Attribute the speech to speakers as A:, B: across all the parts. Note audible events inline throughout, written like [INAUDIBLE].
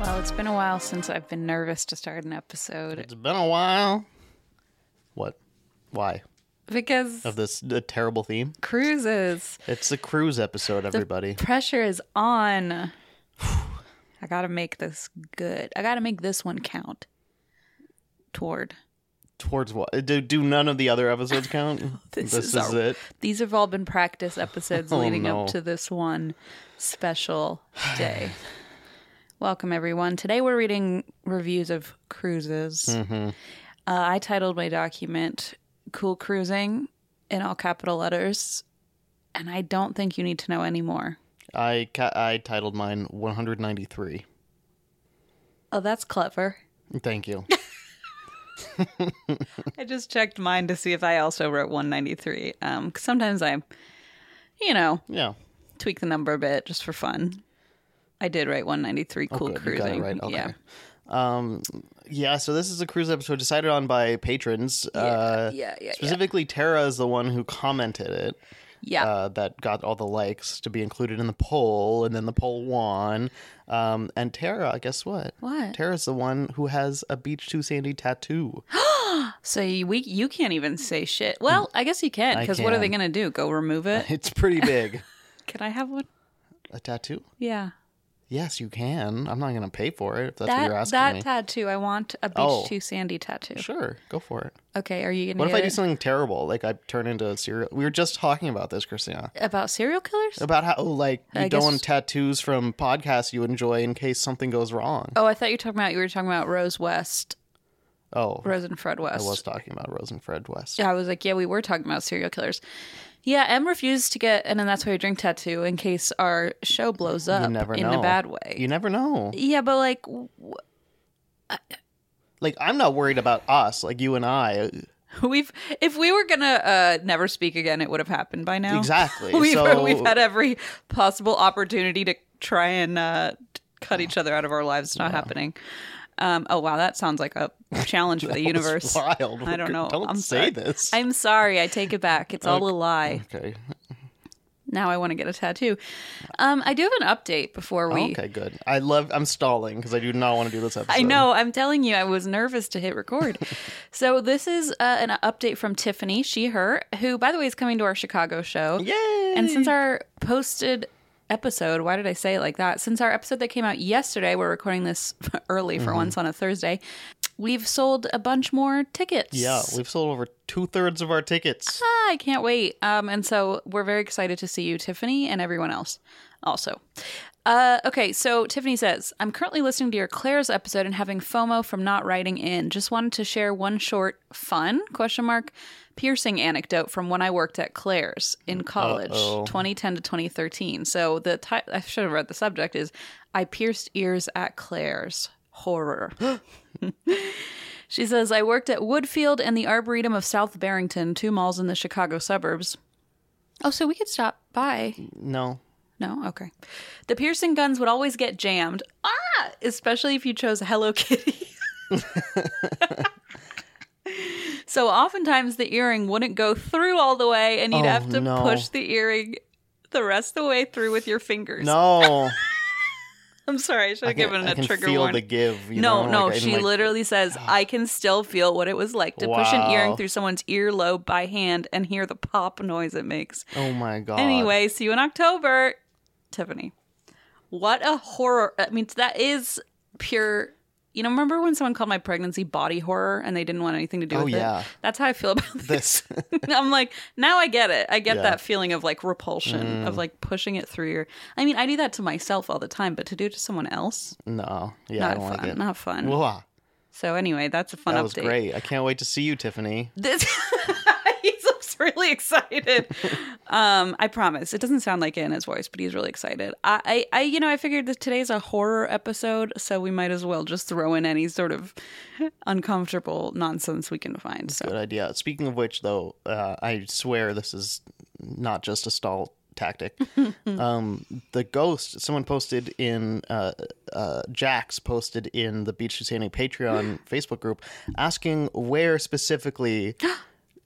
A: Well, it's been a while since I've been nervous to start an episode
B: It's been a while. What? Why?
A: because
B: Of this the terrible theme?
A: cruises,
B: It's a cruise episode, everybody.
A: pressure is on. [SIGHS] I gotta make this good. I gotta make this one count toward.
B: Towards what? Do, do none of the other episodes count?
A: [LAUGHS] This is
B: is,
A: our-
B: it.
A: These have all been practice episodes
B: [LAUGHS] Oh,
A: leading
B: no.
A: up to this one special day. Welcome, everyone. Today we're reading reviews of cruises.
B: Mm-hmm.
A: Uh, I titled my document Cool Cruising in all capital letters, and I don't think you need to know anymore.
B: I ca- I titled mine 193.
A: Oh, that's clever. [LAUGHS]
B: Thank you.
A: I just checked mine to see if I also wrote 193. Um, 'cause sometimes I, you know,
B: Yeah.
A: tweak the number a bit just for fun. I did write 193 cool
B: Oh, good. You got it
A: cruising.
B: right. Okay.
A: Yeah.
B: Yeah, so this is a cruise episode decided on by patrons. Yeah, uh,
A: yeah, yeah, yeah.
B: Specifically, Tara is the one who commented it.
A: Yeah.
B: uh, that got all the likes to be included in the poll, and then the poll won. Um, and Tara, guess what?
A: What?
B: Tara's the one who has a beach too sandy tattoo. [LAUGHS]
A: so you, we you can't even say shit. Well, I guess you can
B: I
A: because what are they
B: can.
A: going to do? Go remove it?
B: [LAUGHS] it's pretty big.
A: [LAUGHS] can I have one?
B: a tattoo?
A: Yeah.
B: Yes, you can. I'm not gonna pay for it if that's what you're
A: That
B: asking
A: that
B: me.
A: tattoo. I want a beach
B: Oh.
A: too sandy tattoo.
B: sure, go for it.
A: Okay, are you going to
B: What if
A: get
B: I do
A: it?
B: something terrible? Like I turn into a serial. We were just talking about this, Christina.
A: about serial killers?
B: About how like you
A: I
B: don't
A: guess-
B: want tattoos from podcasts you enjoy in case something goes wrong.
A: Oh, I thought you were talking about you were talking about Rose West,
B: Oh,
A: Rose and Fred
B: I
A: West.
B: was talking about Rose and Fred West.
A: Yeah, I was like, yeah, we were talking about serial killers. Yeah, M refused to get and then that's why we drink tattoo in case our show blows up
B: you never
A: in
B: know
A: a bad way.
B: You never know.
A: yeah, but like, w-
B: like I'm not worried about us, like you and I.
A: [LAUGHS] we've if we were gonna uh, never speak again, it would have happened by now.
B: Exactly.
A: [LAUGHS] we've
B: so
A: we've had every possible opportunity to try and uh, t- cut each other out of our lives. It's not happening. Um, oh wow, that sounds
B: [LAUGHS]
A: like a challenge for the
B: That was
A: universe.
B: Wild.
A: I don't know.
B: Don't
A: I'm
B: say
A: sorry.
B: this.
A: I'm sorry, I take it back. It's all a lie.
B: okay.
A: Now I want to get a tattoo. Um, I do have an update before we.
B: Okay. Good. I love. I'm stalling because I do not want to do this episode.
A: I know. I'm telling you, I was nervous to hit
B: [LAUGHS]
A: record. so this is uh, an update from Tiffany, she, her, who, by the way, is coming to our Chicago show.
B: Yay!
A: And since our posted episode, why did I say it like that? Since our episode that came out yesterday, we're recording this [LAUGHS] early
B: Mm-hmm.
A: for once on a Thursday. We've sold a bunch more tickets.
B: yeah, we've sold over two thirds of our tickets.
A: Ah, I can't wait. Um, and so we're very excited to see you, Tiffany, and everyone else also. Uh, okay, so Tiffany says, I'm currently listening to your Claire's episode and having FOMO from not writing in. Just wanted to share one short, fun, question mark, piercing anecdote from when I worked at Claire's in college,
B: Uh-oh.
A: 2010 to 2013. So the ti- I should have read the subject is I pierced ears at Claire's. Horror. She says, I worked at Woodfield and the Arboretum of South Barrington, two malls in the Chicago suburbs. Oh, so we could stop by.
B: No,
A: No? Okay. The piercing guns would always get jammed. Ah! Especially if you chose Hello Kitty. [LAUGHS] so oftentimes the earring wouldn't go through all the way and you'd
B: Oh,
A: have to
B: no.
A: push the earring the rest of the way through with your fingers. [LAUGHS]
B: No,
A: I'm sorry, I should have given it
B: I
A: a
B: can
A: trigger
B: feel
A: warning.
B: the give. you
A: no,
B: know,
A: no,
B: like, and,
A: she
B: like,
A: literally
B: [SIGHS]
A: says, I can still feel what it was like to push an earring
B: Wow.
A: through someone's earlobe by hand and hear the pop noise it makes.
B: Oh my god.
A: Anyway, see you in October, Tiffany. What a horror. I mean, that is pure. You know, remember when someone called my pregnancy body horror and they didn't want anything to do
B: Oh,
A: with
B: yeah.
A: it? That's how I feel [LAUGHS] about this.
B: this. [LAUGHS]
A: I'm like, now I get it. I get
B: Yeah. Mm.
A: that feeling of like repulsion, of like pushing it through your. I mean, I do that to myself all the time, but to do it to someone else,
B: No, yeah, I
A: not
B: don't
A: fun.
B: like it.
A: Not fun.
B: Wah.
A: so, anyway, that's a fun
B: that
A: update.
B: was great. I can't wait to see you, Tiffany.
A: This [LAUGHS] he looks really excited. um, I promise. It doesn't sound like it in his voice, but he's really excited. I, I, I you know, I figured that today's a horror episode, so we might as well just throw in any sort of uncomfortable nonsense we can find.
B: Good
A: So
B: idea. Speaking of which, though, uh, I swear this is not just a stall tactic. um, the ghost, someone posted in, uh, uh, Jax posted in the Beach Sandy Patreon Facebook group asking where specifically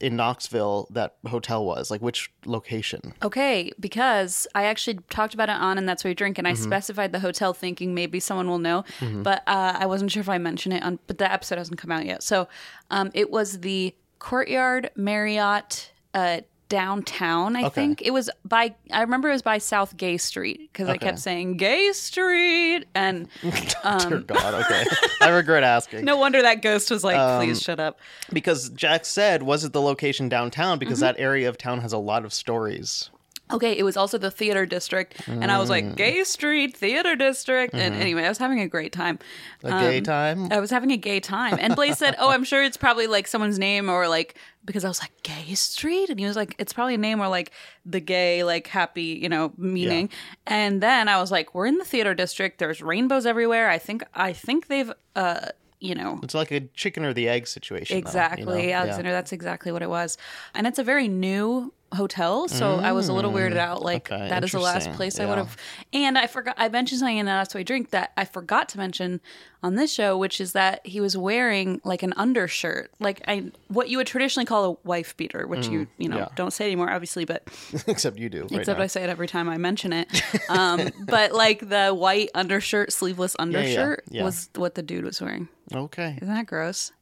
B: in Knoxville that hotel was, like which location. [LAUGHS]
A: okay, because I actually talked about it on, and that's where you drink, and I specified the hotel, thinking maybe someone will know, but uh, I wasn't sure if I mentioned it on. But the episode hasn't come out yet, so um, it was the Courtyard Marriott. Uh, downtown i
B: Okay.
A: think it was by i remember it was by south gay street because i kept saying gay street and
B: Dear God, okay. I regret asking.
A: no wonder that ghost was like please shut up
B: Because Jack said, was it the location downtown? Because that area of town has a lot of stories.
A: okay it was also the theater district and i was like gay street theater district and anyway i was having a great time
B: A gay time?
A: I was having a gay time. And Blaze said, Oh, I'm sure it's probably like someone's name or like, because I was like, Gay Street? And he was like, It's probably a name or like the gay, like happy, you know, meaning. And then I was like, We're in the theater district. There's rainbows everywhere. I think, I think they've, uh, you know,
B: It's like a chicken or the egg situation. though, you
A: Exactly,
B: know? Yeah.
A: Alexander. That's exactly what it was. And it's a very new hotel, so I was a little weirded out. Like
B: Mm, okay,
A: that is the last
B: interesting,
A: place I
B: yeah.
A: would have. And I forgot. I mentioned something in the last way drink that I forgot to mention on this show, which is that he was wearing like an undershirt, like I what you would traditionally call a wife beater, which you you know
B: Mm, yeah.
A: don't say anymore, obviously, but
B: [LAUGHS] Except you do. [LAUGHS] Right
A: except
B: now.
A: I say it every time I mention
B: [LAUGHS]
A: it. Um, but like the white undershirt, sleeveless undershirt
B: yeah.
A: was what the dude was wearing.
B: okay,
A: Isn't that gross?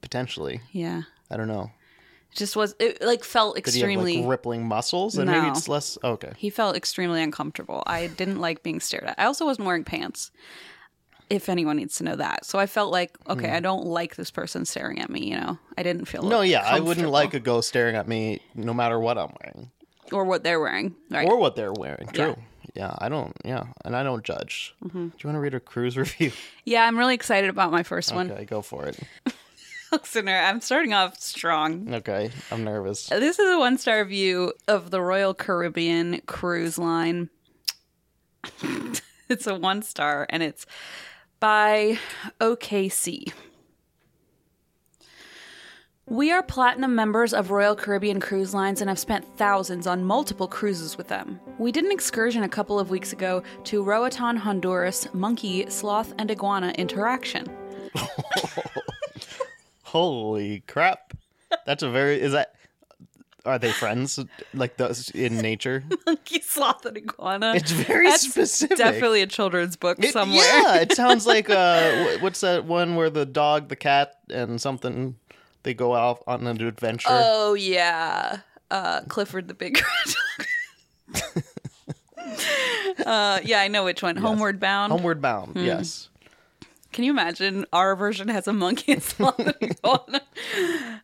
B: potentially.
A: Yeah.
B: I don't know.
A: just was it like felt
B: Did he have
A: extremely he,
B: like rippling muscles? And maybe
A: No.
B: it's less. oh, Okay.
A: felt extremely uncomfortable i didn't like being stared at i also wasn't wearing pants if anyone needs to know that so i felt like okay i don't like this person staring at me you know i didn't feel
B: Hmm. No, yeah, I wouldn't
A: comfortable.
B: like a ghost staring at me, no matter what I'm wearing
A: or what they're wearing right
B: or what they're wearing.
A: Yeah. Mm-hmm.
B: True. Yeah, I don't. Yeah, and I don't judge. Do you want to read a cruise [LAUGHS] review?
A: yeah i'm really excited about my first one [LAUGHS]
B: Okay, go for it.
A: Listener, i'm starting off strong
B: Okay, I'm nervous.
A: This is a one star view of the Royal Caribbean cruise line. [LAUGHS] it's a one star and it's by OKC. We are platinum members of Royal Caribbean Cruise Lines and have spent thousands on multiple cruises with them. We did an excursion a couple of weeks ago to Roatan, Honduras, monkey, sloth, and iguana interaction. [LAUGHS]
B: Holy crap! That's a very. Is that? Are they friends? Like those in nature?
A: Monkey, sloth, and iguana.
B: It's very
A: That's
B: specific.
A: Definitely a children's book
B: It-
A: somewhere. [LAUGHS]
B: Yeah, it sounds like uh, wh- what's that one where the dog, the cat, and something they go off on an adventure.
A: Oh yeah, uh, Clifford the Big Red. Dog. [LAUGHS] uh, yeah, I know which one. Homeward Bound.
B: Homeward Bound.
A: Hmm.
B: Yes.
A: Can you imagine our version has a monkey and [LAUGHS] sloth and iguana?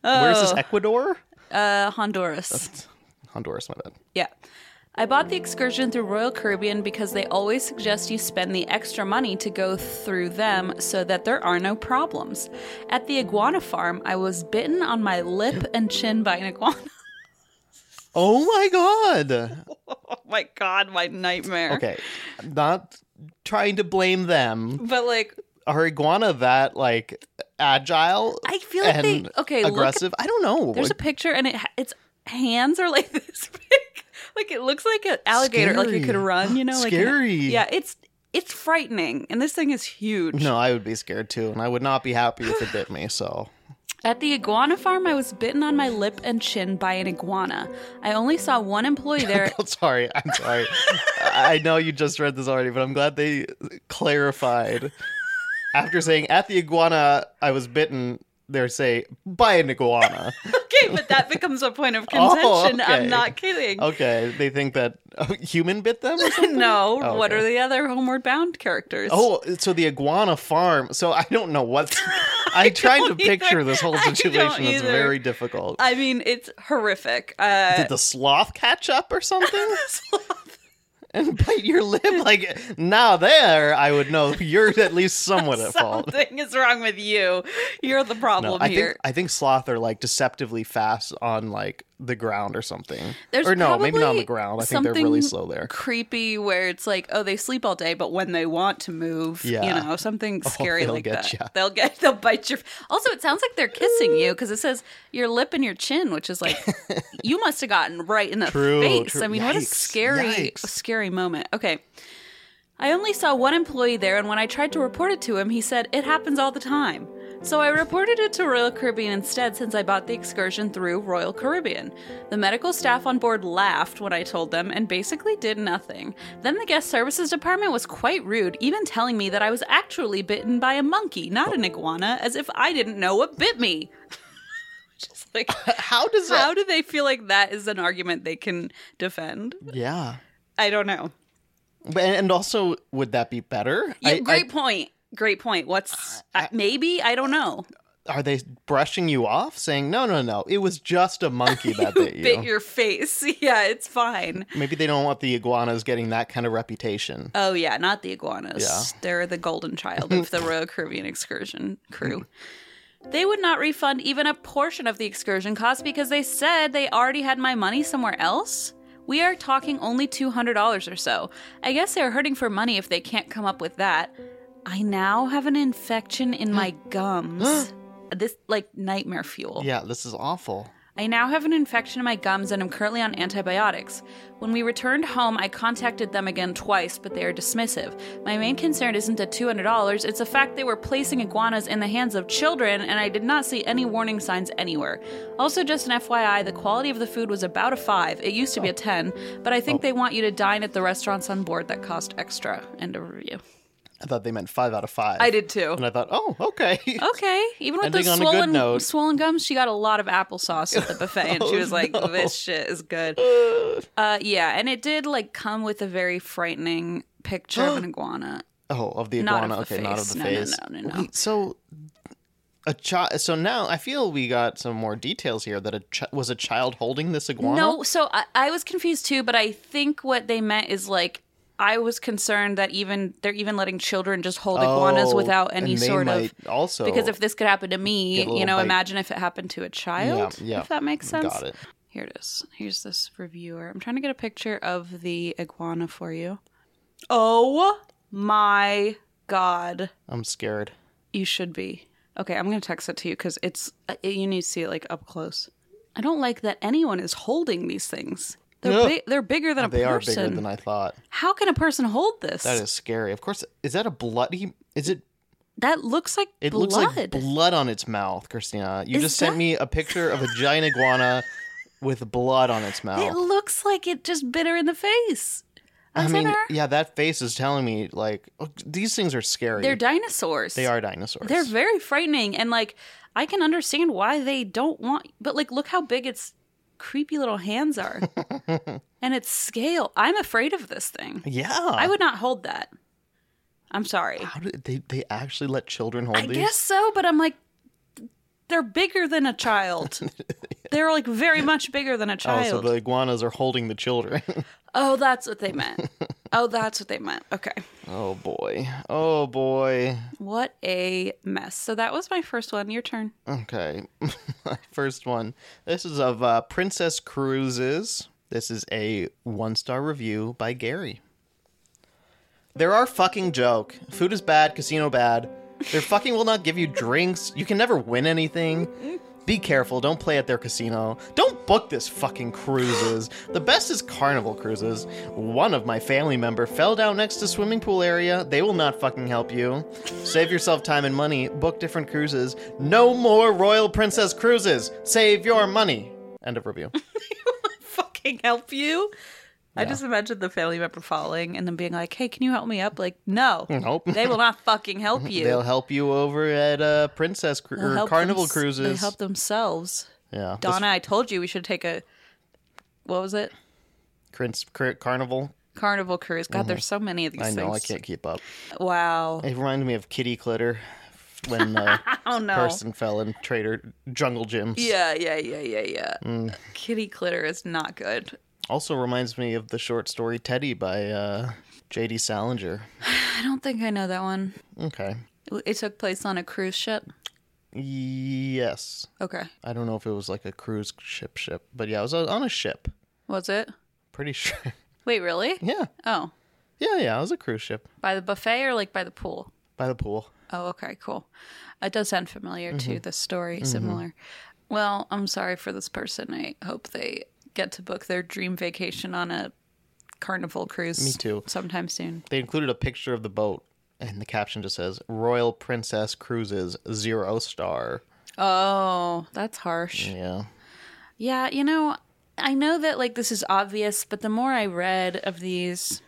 B: Where is
A: Oh.
B: this? Ecuador?
A: Uh, Honduras.
B: Honduras. My bad.
A: Yeah. I bought the excursion through Royal Caribbean because they always suggest you spend the extra money to go through them so that there are no problems. At the iguana farm, I was bitten on my lip and chin by an iguana. [LAUGHS]
B: Oh my God.
A: Oh my god, my nightmare.
B: Okay, I'm not trying to blame them.
A: But like
B: Are iguana that like agile?
A: I feel like they-
B: and
A: okay, look-
B: aggressive. I don't know.
A: There's a
B: Like,
A: picture, and it ha- its hands are like [LAUGHS] this big. like it looks like an alligator, like it could
B: Scary.
A: run, you know, like
B: Scary.
A: yeah, it's it's frightening, and this thing is huge.
B: No, I would be scared too, and I would not be happy if it bit me. So
A: At the iguana farm, I was bitten on my lip and chin by an iguana. I only saw one employee
B: [LAUGHS]
A: there.
B: I'm sorry. I'm sorry. I know you just read this already, but I'm glad they clarified. After saying at the iguana, I was bitten. They say by an iguana.
A: [LAUGHS] okay, but that becomes a point
B: [LAUGHS]
A: of contention.
B: Oh, okay.
A: I'm not kidding.
B: okay, they think that a human bit them. Or
A: [LAUGHS]
B: something?
A: No,
B: Oh,
A: what
B: [LAUGHS] okay.
A: are the other homeward bound characters?
B: Oh, so the iguana farm. So I don't know
A: [LAUGHS]
B: what. [LAUGHS] I tried to
A: don't
B: picture
A: either.
B: this whole
A: I don't
B: situation. It's
A: either.
B: very difficult.
A: I mean, it's horrific. Uh, [LAUGHS]
B: Did the sloth catch up or something? and bite your lip? Like now, there, I would know you're at least
A: [LAUGHS]
B: somewhat at fault.
A: something is wrong with you. You're the problem
B: I
A: here.
B: think I think sloth are like deceptively fast on like the ground or something.
A: There's
B: or no, maybe not on
A: probably
B: the ground. I think they're
A: something
B: really slow there.
A: Creepy, where it's like, oh, they sleep all day, but when they want to move,
B: Yeah. Oh,
A: you know,
B: [LAUGHS]
A: something scary
B: they'll
A: like
B: get
A: that,
B: ya.
A: they'll get, [LAUGHS] they'll bite your. Also, it sounds like they're kissing you because it says your lip and your chin, which is
B: [LAUGHS]
A: like, you must have gotten right in the
B: True,
A: face.
B: true.
A: I mean, what a
B: Yikes,
A: scary,
B: yikes.
A: scary moment. Okay. I only saw one employee there, and when I tried to report it to him, he said, It happens all the time. So I reported it to Royal Caribbean instead since I bought the excursion through Royal Caribbean. The medical staff on board laughed when I told them and basically did nothing. Then the guest services department was quite rude, even telling me that I was actually bitten by a monkey, not an iguana, as if I didn't know what bit me. [LAUGHS] Just like,
B: How does that?
A: how do they feel like that is an argument they can defend?
B: Yeah,
A: I don't know.
B: but, and also would that be better?
A: Yeah,
B: I- I-
A: great point. Great point. What's uh, maybe I don't know.
B: are they brushing you off, saying no, no, no? It was just a monkey
A: [LAUGHS]
B: that bit you.
A: Bit your face. [LAUGHS] Yeah, it's fine.
B: Maybe they don't want the iguanas getting that kind of reputation.
A: Oh yeah, not the iguanas.
B: Yeah.
A: They're the golden child of
B: [LAUGHS]
A: the Royal Caribbean excursion crew. They would not refund even a portion of the excursion cost because they said they already had my money somewhere else. We are talking only $200 or so. I guess they're hurting for money if they can't come up with that. I now have an infection in
B: [GASPS]
A: my gums. this like nightmare fuel.
B: Yeah, this is awful.
A: I now have an infection in my gums and am currently on antibiotics. When we returned home, I contacted them again twice, but they are dismissive. My main concern isn't the $200, it's the fact they were placing iguanas in the hands of children, and I did not see any warning signs anywhere. Also, just an FYI, the quality of the food was about a 5. It used to be a 10, but I think they want you to dine at the restaurants on board that cost extra. End of review.
B: I thought they meant five out of five.
A: I did too.
B: and I thought, oh, okay. [LAUGHS]
A: Okay. Even with
B: Ending
A: those
B: on a good
A: swollen,
B: note. Oh,
A: swollen gums, she got a lot of applesauce at the buffet, and
B: [LAUGHS]
A: she was like, "This shit is good." Uh, yeah, and it did like come with a very frightening picture
B: [GASPS]
A: of an iguana.
B: Oh, of the
A: Not of
B: iguana.
A: the
B: okay, not of
A: face.
B: the
A: No, no,
B: face.
A: no, no, no.
B: Wait, so a child. So now I feel we got some more details here. That a chi- was a child holding this iguana.
A: No, so I, I was confused too, but I think what they meant is like I was concerned that even they're even letting children just hold iguanas
B: Oh,
A: without any
B: and they
A: sort
B: might
A: of
B: also
A: because if this could happen to
B: get a
A: me, you
B: little
A: know,
B: bite.
A: imagine if it happened to a child.
B: Yeah, yeah.
A: If that makes sense.
B: got it.
A: Here it is. Here's this reviewer. I'm trying to get a picture of the iguana for you. Oh my god.
B: I'm scared.
A: You should be. Okay, I'm going to text it to you cuz it's uh, you need to see it like up close. I don't like that anyone is holding these things. They're
B: Yeah.
A: big they're bigger than a
B: They are
A: person.
B: bigger than I thought.
A: How can a person hold this?
B: That is scary. Of course, is that a bloody? Is it?
A: That looks like
B: It
A: blood.
B: looks like blood on its mouth, Christina. You
A: Is
B: just sent
A: that-
B: me a picture of a giant iguana with blood on its mouth.
A: It looks like it just bit her in the face.
B: I
A: A
B: mean,
A: sinner?
B: yeah, that face is telling me like oh, these things are scary.
A: They're dinosaurs.
B: They are dinosaurs.
A: They're very frightening, and like I can understand why they don't want. But like, look how big its creepy little hands
B: [LAUGHS]
A: are, and its scale. I'm afraid of this thing.
B: yeah.
A: I would not hold that. I'm sorry.
B: How did they? They actually let children hold
A: I
B: these?
A: guess so, but I'm like, they're bigger than a
B: [LAUGHS]
A: child. They're like very much bigger than a
B: oh,
A: child.
B: so the iguanas are holding the children. [LAUGHS]
A: oh that's what they meant. oh, that's what they meant. Okay.
B: oh boy. Oh boy.
A: What a mess. So that was my first one. Your turn.
B: Okay. [LAUGHS] My First one. This is of uh, Princess Cruises. This is a one star review by Gary. There are fucking joke. Food is bad, casino bad. Their fucking will not give you drinks. You can never win anything. Be careful. Don't play at their casino. Don't book this fucking cruises. The best is Carnival Cruises. One of my family member fell down next to swimming pool area. They will not fucking help you. Save yourself time and money. Book different cruises. No more Royal Princess Cruises. Save your money. End
A: [LAUGHS]
B: of review.
A: fucking help you. I just imagine the family member falling and then being like, "Hey, can you help me up?" Like, no,
B: Nope.
A: they will not fucking
B: [LAUGHS]
A: help you.
B: They'll help you over at uh, Princess Cru-
A: They'll
B: or
A: help
B: Carnival
A: thems-
B: Cruises.
A: They help themselves.
B: Yeah.
A: Donna, I told you we should take a what was it?
B: Prince, Cr- Carnival.
A: Carnival cruise. God, there's so many of these
B: Mm-hmm. I
A: things.
B: know I can't keep up.
A: Wow.
B: It reminded me of Kitty Clutter when uh,
A: [LAUGHS] Oh no.
B: person fell in Trader Jungle Gyms.
A: Yeah, yeah, yeah, yeah, yeah.
B: Mm.
A: Kitty clitter is not good.
B: Also reminds me of the short story Teddy by uh, J.D. Salinger.
A: I don't think I know that one.
B: Okay.
A: It took place on a cruise ship.
B: Yes.
A: Okay.
B: I don't know if it was like a cruise ship ship, but yeah, it was on a ship.
A: Was it?
B: Pretty sure. [LAUGHS]
A: Wait, really?
B: yeah.
A: Oh,
B: Yeah, yeah, it was a cruise ship
A: by the buffet or like by the pool?
B: by the pool.
A: Oh, okay, cool. It does sound familiar to
B: Mm-hmm.
A: the story, similar. Well, I'm sorry for this person. I hope they get to book their dream vacation on a carnival cruise.
B: Me too.
A: Sometime soon.
B: They included a picture of the boat, and the caption just says Royal Princess Cruises Zero Star.
A: Oh, that's harsh.
B: Yeah.
A: Yeah, you know, I know that like this is obvious, but the more I read of these,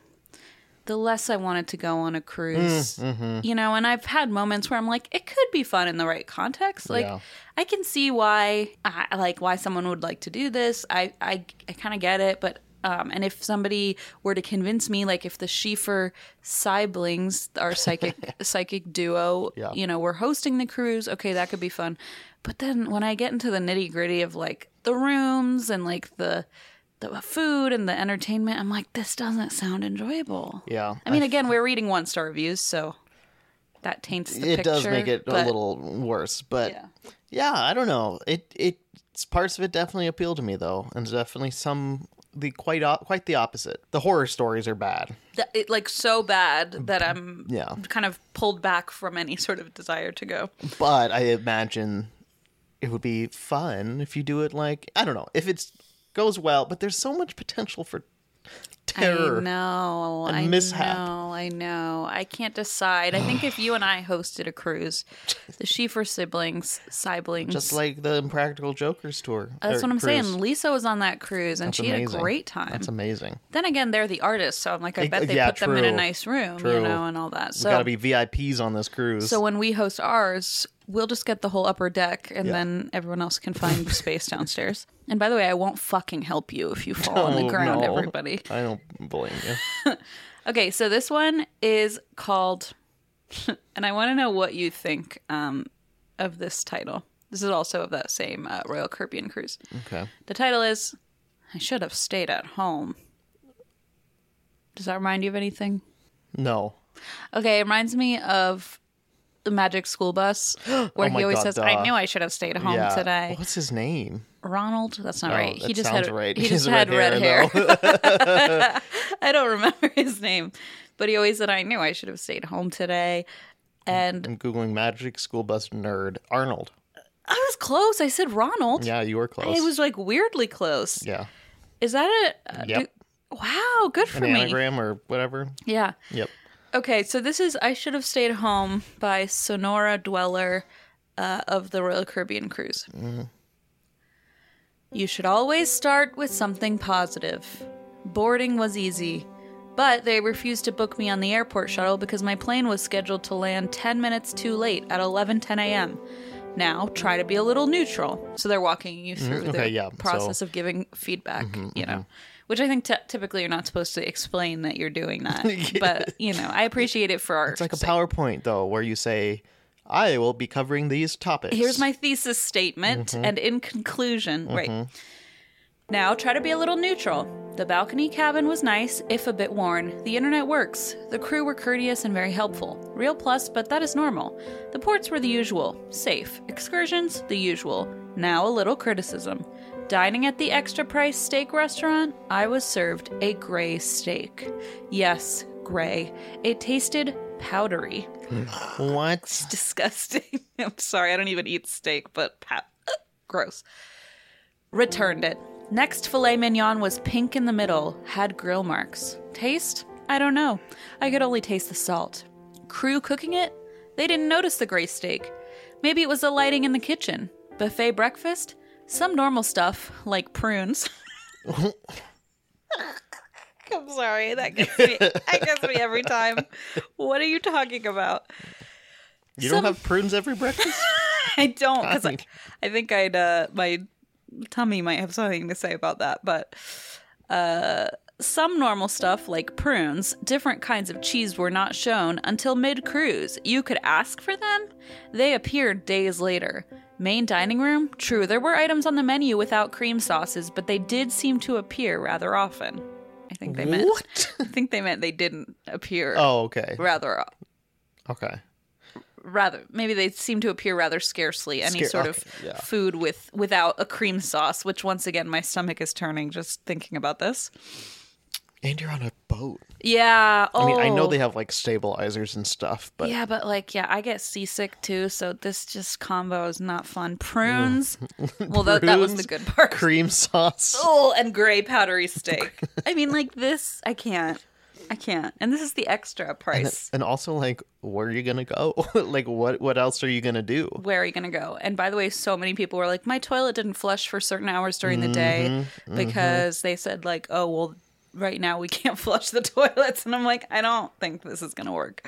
A: the less I wanted to go on a
B: Mm-hmm.
A: cruise. You know, and I've had moments where I'm like, it could be fun in the right context. Like,
B: Yeah.
A: I can see why, I like, why someone would like to do this. I, I, I kind of get it, but. Um, and if somebody were to convince me, like if the Schieffer siblings, our
B: [LAUGHS]
A: psychic psychic duo,
B: Yeah.
A: you know, we're hosting the cruise, okay, that could be fun. But then when I get into the nitty gritty of like the rooms and like the the food and the entertainment, I'm like, this doesn't sound enjoyable.
B: Yeah.
A: I mean, again, we're reading one star reviews, so that taints the
B: it
A: picture.
B: does make it
A: but-
B: a little worse but
A: Yeah.
B: yeah. i don't know it it it's- parts of it definitely appeal to me though and definitely some the quite o- quite the opposite the horror stories are bad
A: that- it like so bad that I'm
B: Yeah.
A: kind of pulled back from any sort of desire to go.
B: but i imagine it would be fun if you do it like i don't know if it goes well but there's so much potential for terror
A: I know.
B: and
A: I
B: mishap.
A: know. I know. I can't decide. I think if you and I hosted a cruise, the [SIGHS] Schieffer siblings, siblings,
B: just like the impractical jokers tour
A: that's
B: or
A: what I'm
B: cruise.
A: saying. Lisa was on that cruise and
B: That's
A: she had
B: amazing.
A: a great time.
B: that's amazing
A: then again, they're the artists, so I'm like, I
B: Ex-
A: bet they
B: yeah,
A: put them in a
B: true.
A: nice room, you
B: True.
A: know, and all that.
B: we gotta
A: So,
B: be vips on this cruise
A: so when we host ours, we'll just get the whole upper deck, and then everyone else can
B: [LAUGHS]
A: find space downstairs. And by the way, I won't fucking help you if you fall on the
B: Oh,
A: ground,
B: no.
A: everybody.
B: i don't blame you
A: Okay, so this one is called, [LAUGHS] and I want to know what you think um, of this title. This is also of that same uh, Royal Caribbean cruise.
B: okay
A: The title is I Should Have Stayed at Home. Does that remind you of anything?
B: no
A: Okay, it reminds me of the Magic School
B: [GASPS]
A: Bus, where
B: Oh my
A: he always
B: God,
A: says,
B: duh.
A: "I knew I should have stayed home today."
B: What's his name?
A: Ronald, that's not right.
B: Oh, that
A: He just
B: sounds
A: had
B: right.
A: he
B: He
A: just
B: has
A: had red
B: red
A: hair.
B: hair,
A: [LAUGHS]
B: [LAUGHS]
A: I don't remember his name, but he always said, "I knew I should have stayed home today." And
B: I'm googling Magic School Bus nerd Arnold.
A: I was close. I said Ronald.
B: Yeah, you were close.
A: I was like weirdly close.
B: yeah,
A: Is that a uh,
B: Yep.
A: do- wow? Good for
B: an
A: me.
B: anagram or whatever.
A: Yeah.
B: Yep.
A: Okay, so this is I Should Have Stayed Home by Sonora Dweller uh, of the Royal Caribbean Cruise.
B: Mm-hmm.
A: You should always start with something positive. Boarding was easy, but they refused to book me on the airport shuttle because my plane was scheduled to land 10 minutes too late at 11:10 a.m. Now, try to be a little neutral. So they're walking you through the
B: Mm-hmm. okay, yeah, so-
A: process of giving feedback,
B: Mm-hmm,
A: you know. Which I think t- typically you're not supposed to explain that you're doing
B: [LAUGHS]
A: that, but you know I appreciate it for our.
B: It's like a PowerPoint though, where you say, "I will be covering these topics."
A: Here's my thesis statement, and in conclusion, right. Now try to be a little neutral. The balcony cabin was nice, if a bit worn. The internet works. The crew were courteous and very helpful. Real plus, but that is normal. The ports were the usual. Safe. Excursions, the usual. Now a little criticism. Dining at the extra price steak restaurant, I was served a gray steak. Yes, gray. It tasted powdery
B: what?
A: [LAUGHS] disgusting. I'm sorry, I don't even eat steak, but pow- Gross. Returned it. Next filet mignon was pink in the middle, had grill marks. Taste? I don't know. I could only taste the salt. Crew cooking it? They didn't notice the gray steak. Maybe it was the lighting in the kitchen. Buffet breakfast? Some normal stuff, like prunes. [LAUGHS] I'm sorry, that gets me. That gets me every time. What are you talking about?
B: You
A: Some-
B: don't have prunes
A: [LAUGHS]
B: every breakfast?
A: I don't because I,
B: God.
A: I think I'd uh, my tummy might have something to say about that, but uh, some normal stuff like prunes, different kinds of cheese were not shown until mid cruise. You could ask for them; they appeared days later. Main dining room. True, there were items on the menu without cream sauces, but they did seem to appear rather often. I think they meant.
B: What?
A: I think they meant they didn't appear
B: Oh, okay.
A: rather
B: Okay.
A: rather maybe they seem to appear rather scarcely any
B: Scar-
A: sort of
B: okay, yeah.
A: food with without a cream sauce which once again my stomach is turning just thinking about this
B: And you're on a boat.
A: yeah oh
B: I mean, I know they have like stabilizers and stuff, but
A: yeah but like yeah i get seasick too so this just combo is not fun
B: [LAUGHS]
A: prunes well that, that was the
B: Mm. Prunes,
A: good part [LAUGHS]
B: cream sauce.
A: oh and gray
B: [LAUGHS]
A: powdery steak i mean like this i can't i can't and this is the extra
B: And,
A: price
B: [LAUGHS] and also, like, where are you gonna go? [LAUGHS] like, what what else are you gonna do?
A: where are you going to go? And by the way, so many people were like, my toilet didn't flush for certain hours during the day because they said, like, oh, well, right now we can't [LAUGHS] flush the toilets. And I'm like, I don't think this is going to work.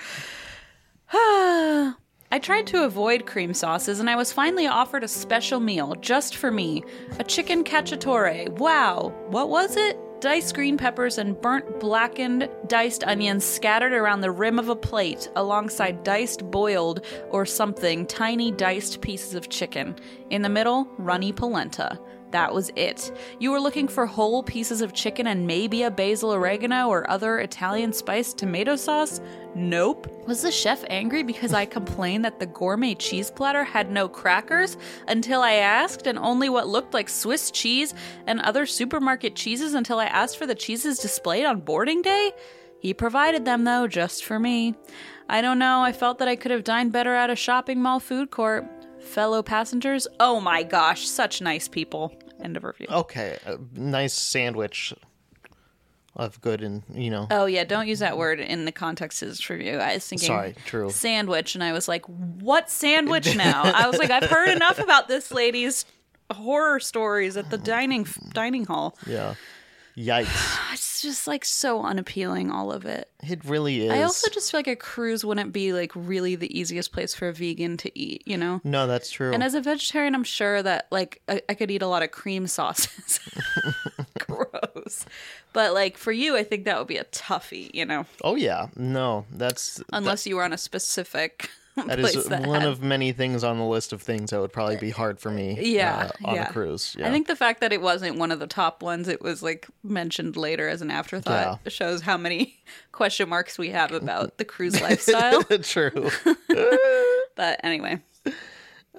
A: I tried to avoid cream sauces and I was finally offered a special meal just for me a chicken cacciatore. Wow, what was it? Diced green peppers and burnt blackened diced onions scattered around the rim of a plate alongside diced boiled or something tiny diced pieces of chicken. In the middle, runny polenta. That was it. You were looking for whole pieces of chicken and maybe a basil oregano or other Italian spiced tomato sauce? Nope. Was the chef angry because I complained that the gourmet cheese platter had no crackers until I asked, and only what looked like Swiss cheese and other supermarket cheeses until I asked for the cheeses displayed on boarding day? He provided them, though, just for me. I don't know, I felt that I could have dined better at a shopping mall food court. Fellow passengers, oh my gosh, such nice people. End of review. Oh,
B: Okay, a nice sandwich of good and you know.
A: Oh, yeah, don't use that word in the context of this review. I was thinking
B: Sorry, true.
A: sandwich, and I was like, what sandwich now? I was like, I've heard enough about this lady's horror stories at the dining dining hall.
B: Yeah. Yikes!
A: It's just like so unappealing, all of it.
B: It really is.
A: I also just feel like a cruise wouldn't be like really the easiest place for a vegan to eat, you know?
B: no, that's true.
A: And as a vegetarian, I'm sure that like I, I could eat a lot of cream sauces. [LAUGHS] Gross. But like for you, I think that would be a toughie, you know,
B: oh yeah, no, that's
A: unless you were on a specific [LAUGHS]
B: that
A: place
B: is
A: that
B: one
A: had-
B: of many things on the list of things that would probably be hard for me.
A: Yeah,
B: uh, on
A: yeah.
B: a cruise.
A: I
B: yeah. [LAUGHS]
A: think the fact that it wasn't one of the top ones, it was like mentioned later as an afterthought, shows how many [LAUGHS] question marks we have
B: [LAUGHS]
A: about the cruise lifestyle. [LAUGHS]
B: true.
A: but anyway,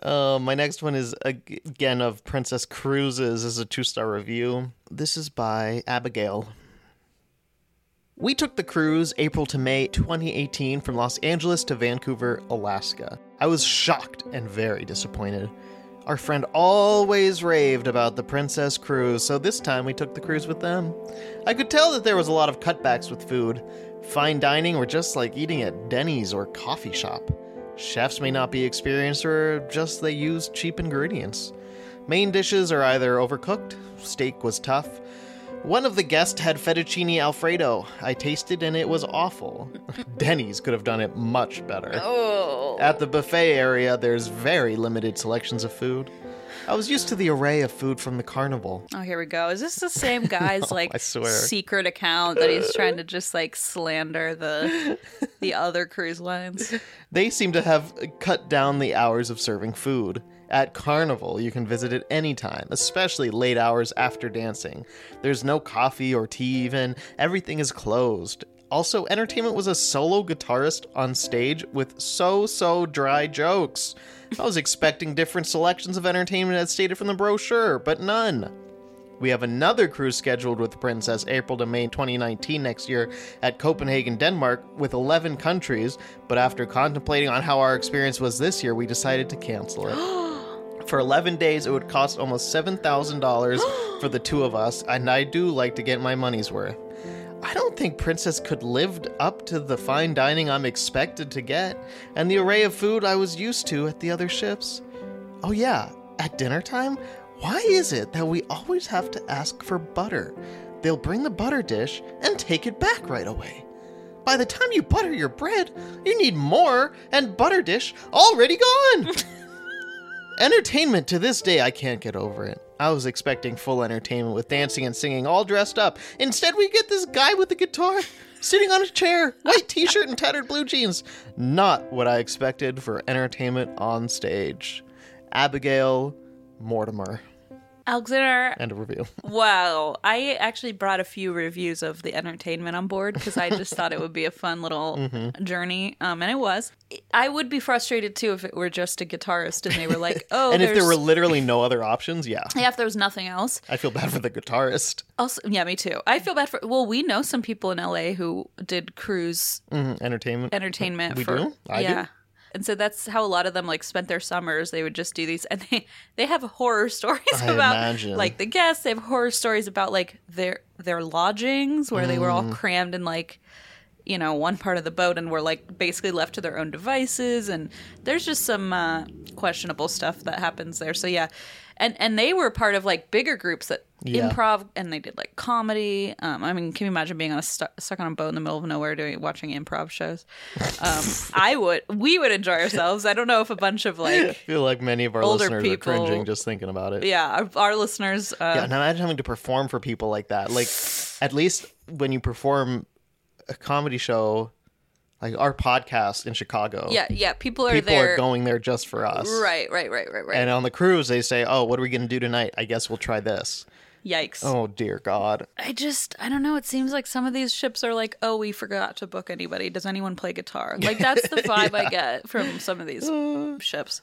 B: Uh, my next one is ag- again of Princess Cruises. This is a two star review. This is by Abigail. We took the cruise April to May 2018 from Los Angeles to Vancouver, Alaska. I was shocked and very disappointed. Our friend always raved about the Princess Cruise, so this time we took the cruise with them. I could tell that there was a lot of cutbacks with food. Fine dining or just like eating at Denny's or coffee shop. Chefs may not be experienced or just they use cheap ingredients. Main dishes are either overcooked, steak was tough, one of the guests had fettuccine alfredo. I tasted and it was awful. [LAUGHS] Denny's could have done it much better. At the buffet area, there's very limited selections of food. I was used to the array of food from the carnival.
A: oh, here we go. Is this the
B: [LAUGHS]
A: same guy's like
B: I swear.
A: secret account that he's
B: [LAUGHS]
A: trying to just like slander the the other cruise
B: [LAUGHS]
A: lines?
B: They seem to have cut down the hours of serving food. At Carnival, you can visit at any time, especially late hours after dancing. There's no coffee or tea, even. Everything is closed. Also, entertainment was a solo guitarist on stage with so so dry jokes. I was expecting different selections of entertainment as stated from the brochure, but none. We have another cruise scheduled with the Princess April to May 2019 next year at Copenhagen, Denmark, with 11 countries. But after contemplating on how our experience was this year, we decided to cancel it. for 11 days, it would cost almost $7,000 for the two of us, and I do like to get my money's worth. I don't think Princess could lived up to the fine dining I'm expected to get and the array of food I was used to at the other ships. Oh yeah, at dinner time, why is it that we always have to ask for butter? They'll bring the butter dish and take it back right away. By the time you butter your bread, you need more and butter dish already gone. entertainment to this day I can't get over it. I was expecting full entertainment with dancing and singing all dressed up. Instead, we get this guy with a guitar sitting on a chair, white t-shirt and tattered blue jeans. Not what I expected for entertainment on stage. Abigail Mortimer
A: Alexander,
B: and
A: [LAUGHS]
B: a review.
A: wow. I actually brought a few reviews of the entertainment on board because I just thought it would be a fun little
B: [LAUGHS] Mm-hmm.
A: journey. Um, and it was. I would be frustrated too if it were just a guitarist and they were like,
B: [LAUGHS]
A: oh,
B: and if there
A: there's-
B: were literally no other options, yeah.
A: [LAUGHS] yeah, if there was nothing else.
B: I feel bad for the guitarist.
A: Also, yeah, me too. I feel bad for. Well, we know some people in LA who did cruise
B: Mhm, Entertainment.
A: entertainment.
B: We
A: for,
B: do? I do.
A: yeah. And so that's how a lot of them like spent their summers. They would just do these, and they they have horror [LAUGHS] stories
B: I
A: about
B: imagine.
A: like the guests. They have horror stories about like their their lodgings where they were
B: Mm.
A: all crammed in like you know one part of the boat and were like basically left to their own devices. And there's just some uh, questionable stuff that happens there. So yeah, and and they were part of like bigger groups that
B: Yeah.
A: improv and they did like comedy. Um, I mean, can you imagine being on a stu- stuck on a boat in the middle of nowhere doing watching improv shows? Um, I would. We would enjoy ourselves. I don't know if a bunch of
B: I [LAUGHS]
A: like
B: feel like many of our
A: Older
B: listeners
A: people-
B: are cringing just thinking about it.
A: yeah our, our listeners. Uh,
B: Yeah, and imagine having to perform for people like that. Like, at least when you perform a comedy show, like our podcast in Chicago,
A: Yeah, yeah. People are
B: people
A: there.
B: are going there just for us.
A: right, right, right, right, right.
B: And uh, on the cruise, they say, "Oh, what are we going to do tonight? I guess we'll try this."
A: Yikes.
B: Oh dear God!
A: I just, I don't know. It seems like some of these ships are like, oh, we forgot to book anybody. Does anyone play
B: [LAUGHS]
A: guitar? Like, that's the vibe I get from some of these ships.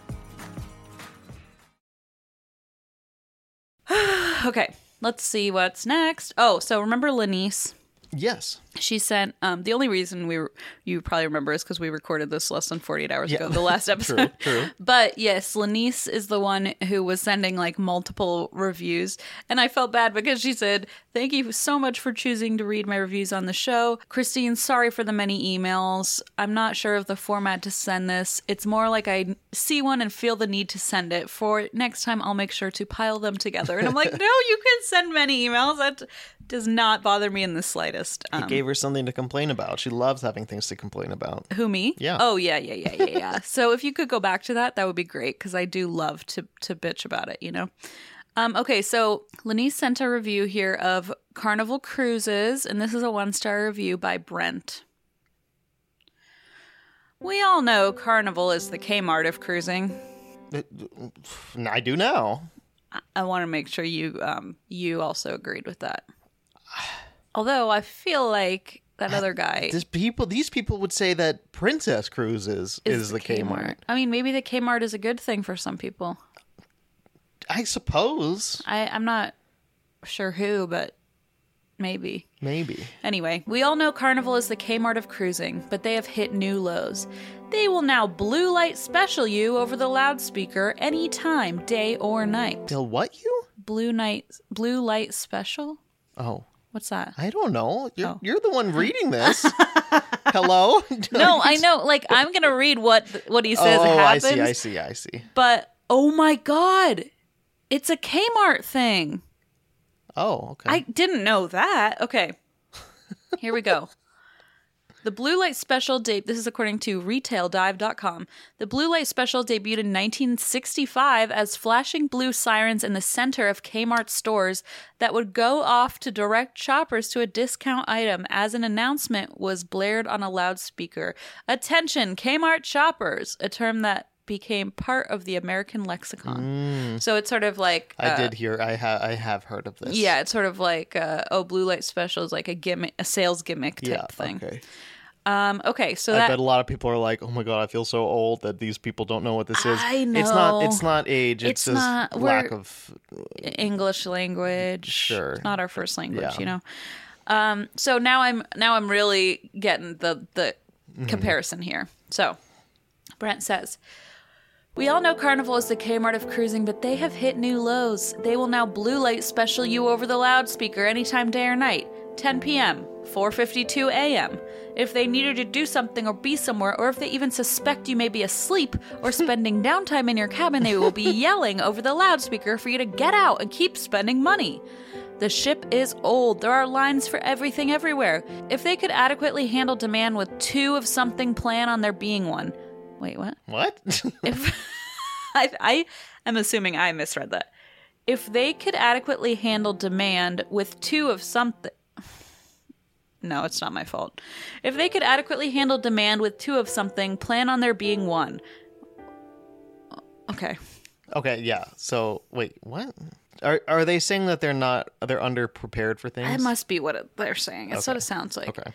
A: Okay, let's see what's next. Oh, so remember Lanice?
B: Yes.
A: She sent. Um, the only reason we were, you probably remember is because we recorded this less than forty eight hours ago, the last episode.
B: [LAUGHS] true.
A: But yes, Lanice is the one who was sending like multiple reviews, and I felt bad because she said, "Thank you so much for choosing to read my reviews on the show, Christine. Sorry for the many emails. I'm not sure of the format to send this. It's more like I see one and feel the need to send it. For next time, I'll make sure to pile them together." And I'm
B: [LAUGHS]
A: like, "No, you can send many emails. That does not bother me in the slightest." Um,
B: It gave her something to complain about. She loves having things to complain about.
A: who me?
B: Yeah.
A: Oh yeah, yeah, yeah, yeah, yeah.
B: [LAUGHS]
A: so if you could go back to that, that would be great because I do love to to bitch about it. You know. Um, okay, so Lenise sent a review here of Carnival Cruises, and this is a one star review by Brent. We all know Carnival is the Kmart of cruising.
B: And I do now.
A: I want to make sure you um, you also agreed with
B: [SIGHS]
A: that. Although I feel like
B: Uh,
A: that other guy
B: These people, these people would say that Princess Cruises is, the Kmart.
A: I mean, maybe the Kmart is a good thing for some people.
B: I suppose,
A: I, I'm not sure who, but maybe.
B: maybe.
A: Anyway, we all know Carnival is the Kmart of cruising, but they have hit new lows. They will now blue light special you over the loudspeaker any time, day or night.
B: They'll what you?
A: Blue night, blue light special.
B: Oh,
A: What's that?
B: I don't know. You're,
A: Oh.
B: you're the
A: [LAUGHS]
B: one reading this. Hello? [LAUGHS]
A: No, I know. Like I'm gonna read what what he says
B: oh,
A: happens,
B: I see, I see, I see.
A: but oh my god, It's a Kmart thing.
B: Oh, okay.
A: I didn't know that. Okay. Here we go. The Blue Light Special date this is according to retaildive.com. The Blue Light Special debuted in 1965 as flashing blue sirens in the center of Kmart stores that would go off to direct shoppers to a discount item as an announcement was blared on a loudspeaker. Attention Kmart shoppers, a term that became part of the American lexicon. So it's sort of like
B: Mm. I
A: uh,
B: did hear. I ha- I have heard of this.
A: yeah, it's sort of like uh, oh, blue light special is like a gimmick, a sales gimmick type
B: Yeah.
A: thing.
B: Okay.
A: Um, okay, so
B: I
A: that
B: bet a lot of people are like, "Oh my god, I feel so old that these people don't know what this is."
A: I
B: It's not.
A: know.
B: It's not age. It's,
A: It's
B: just
A: not-
B: lack
A: we're-
B: of.
A: English language,
B: Sure.
A: it's not our first language,
B: Yeah.
A: you know. Um, so now I'm now I'm really getting the the comparison here. So Brent says. We all know Carnival is the Kmart of cruising, but they have hit new lows. They will now blue light special you over the loudspeaker anytime day or night. 10 p.m., 4:52 a.m. If they need you to do something or be somewhere, or if they even suspect you may be asleep or spending downtime in your cabin, they will be yelling over the loudspeaker for you to get out and keep spending money. The ship is old. There are lines for everything everywhere. If they could adequately handle demand with two of something, plan on there being one. Wait, what?
B: What?
A: if
B: [LAUGHS]
A: [LAUGHS] I, I am assuming I misread that. If they could adequately handle demand with two of something. [SIGHS] No, it's not my fault. If they could adequately handle demand with two of something, plan on there being one. Okay.
B: okay. Yeah. So wait. What? Are are they saying that they're not? They're underprepared for things?
A: That must be what it- they're saying. That's what
B: Okay.
A: it sounds like.
B: Okay.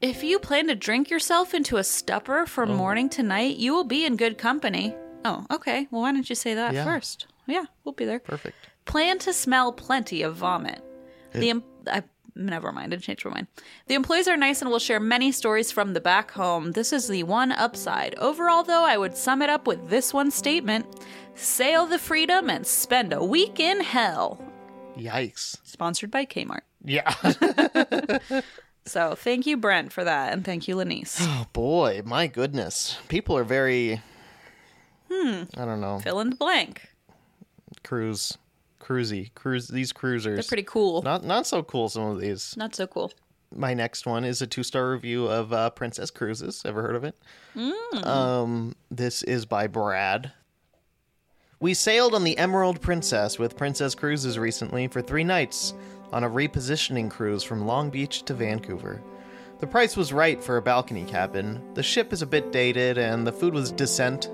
A: If you plan to drink yourself into a stupor from
B: Oh.
A: morning to night, you will be in good company. Oh, okay. Well, why didn't you say that
B: Yeah.
A: first? Yeah, we'll be there.
B: Perfect.
A: Plan to smell plenty of vomit. The em- I never mind. I changed my mind. The employees are nice and will share many stories from the back home. This is the one upside. Overall, though, I would sum it up with this one statement: Sail the freedom and spend a week in hell.
B: Yikes.
A: Sponsored by Kmart.
B: Yeah. [LAUGHS]
A: So thank you, Brent, for that, and thank you, Lanice.
B: [GASPS] oh boy. My goodness. People are very. Hmm. I don't know.
A: Fill in the blank.
B: Cruise. Cruisy. Cruise. These cruisers.
A: They're pretty cool.
B: Not not so cool. Some of these.
A: Not so cool.
B: my next one is a two star review of uh, Princess Cruises. Ever heard of it? Um, this is by Brad. We sailed on the Emerald Princess with Princess Cruises recently for three nights on a repositioning cruise from Long Beach to Vancouver. The price was right for a balcony cabin. The ship is a bit dated and the food was decent.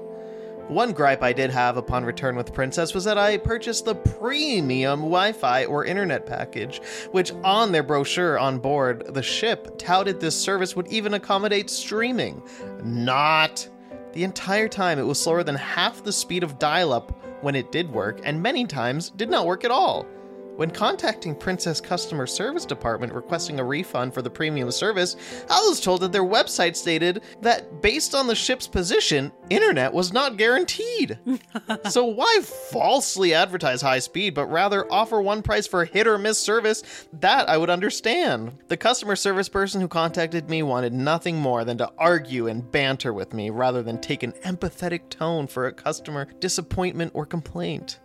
B: One gripe I did have upon return with Princess was that I purchased the premium Wi Fi or internet package, which on their brochure on board the ship touted this service would even accommodate streaming. Not! The entire time it was slower than half the speed of dial up when it did work, and many times did not work at all. When contacting Princess Customer Service Department requesting a refund for the premium service, I was told that their website stated that based on the ship's position, internet was not guaranteed. so why falsely advertise high speed but rather offer one price for hit or miss service? That I would understand. The customer service person who contacted me wanted nothing more than to argue and banter with me rather than take an empathetic tone for a customer disappointment or complaint.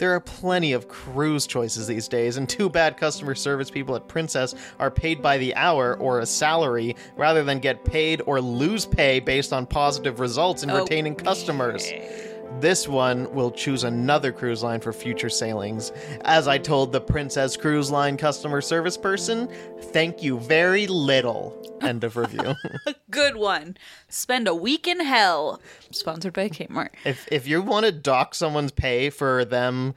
B: There are plenty of cruise choices these days, and too bad customer service people at Princess are paid by the hour or a salary rather than get paid or lose pay based on positive results in retaining customers. This one will choose another cruise line for future sailings. As I told the Princess Cruise Line customer service person, thank you very little. End of review.
A: Good one. Spend a week in hell. Sponsored by Kmart.
B: If if you want to dock someone's pay for them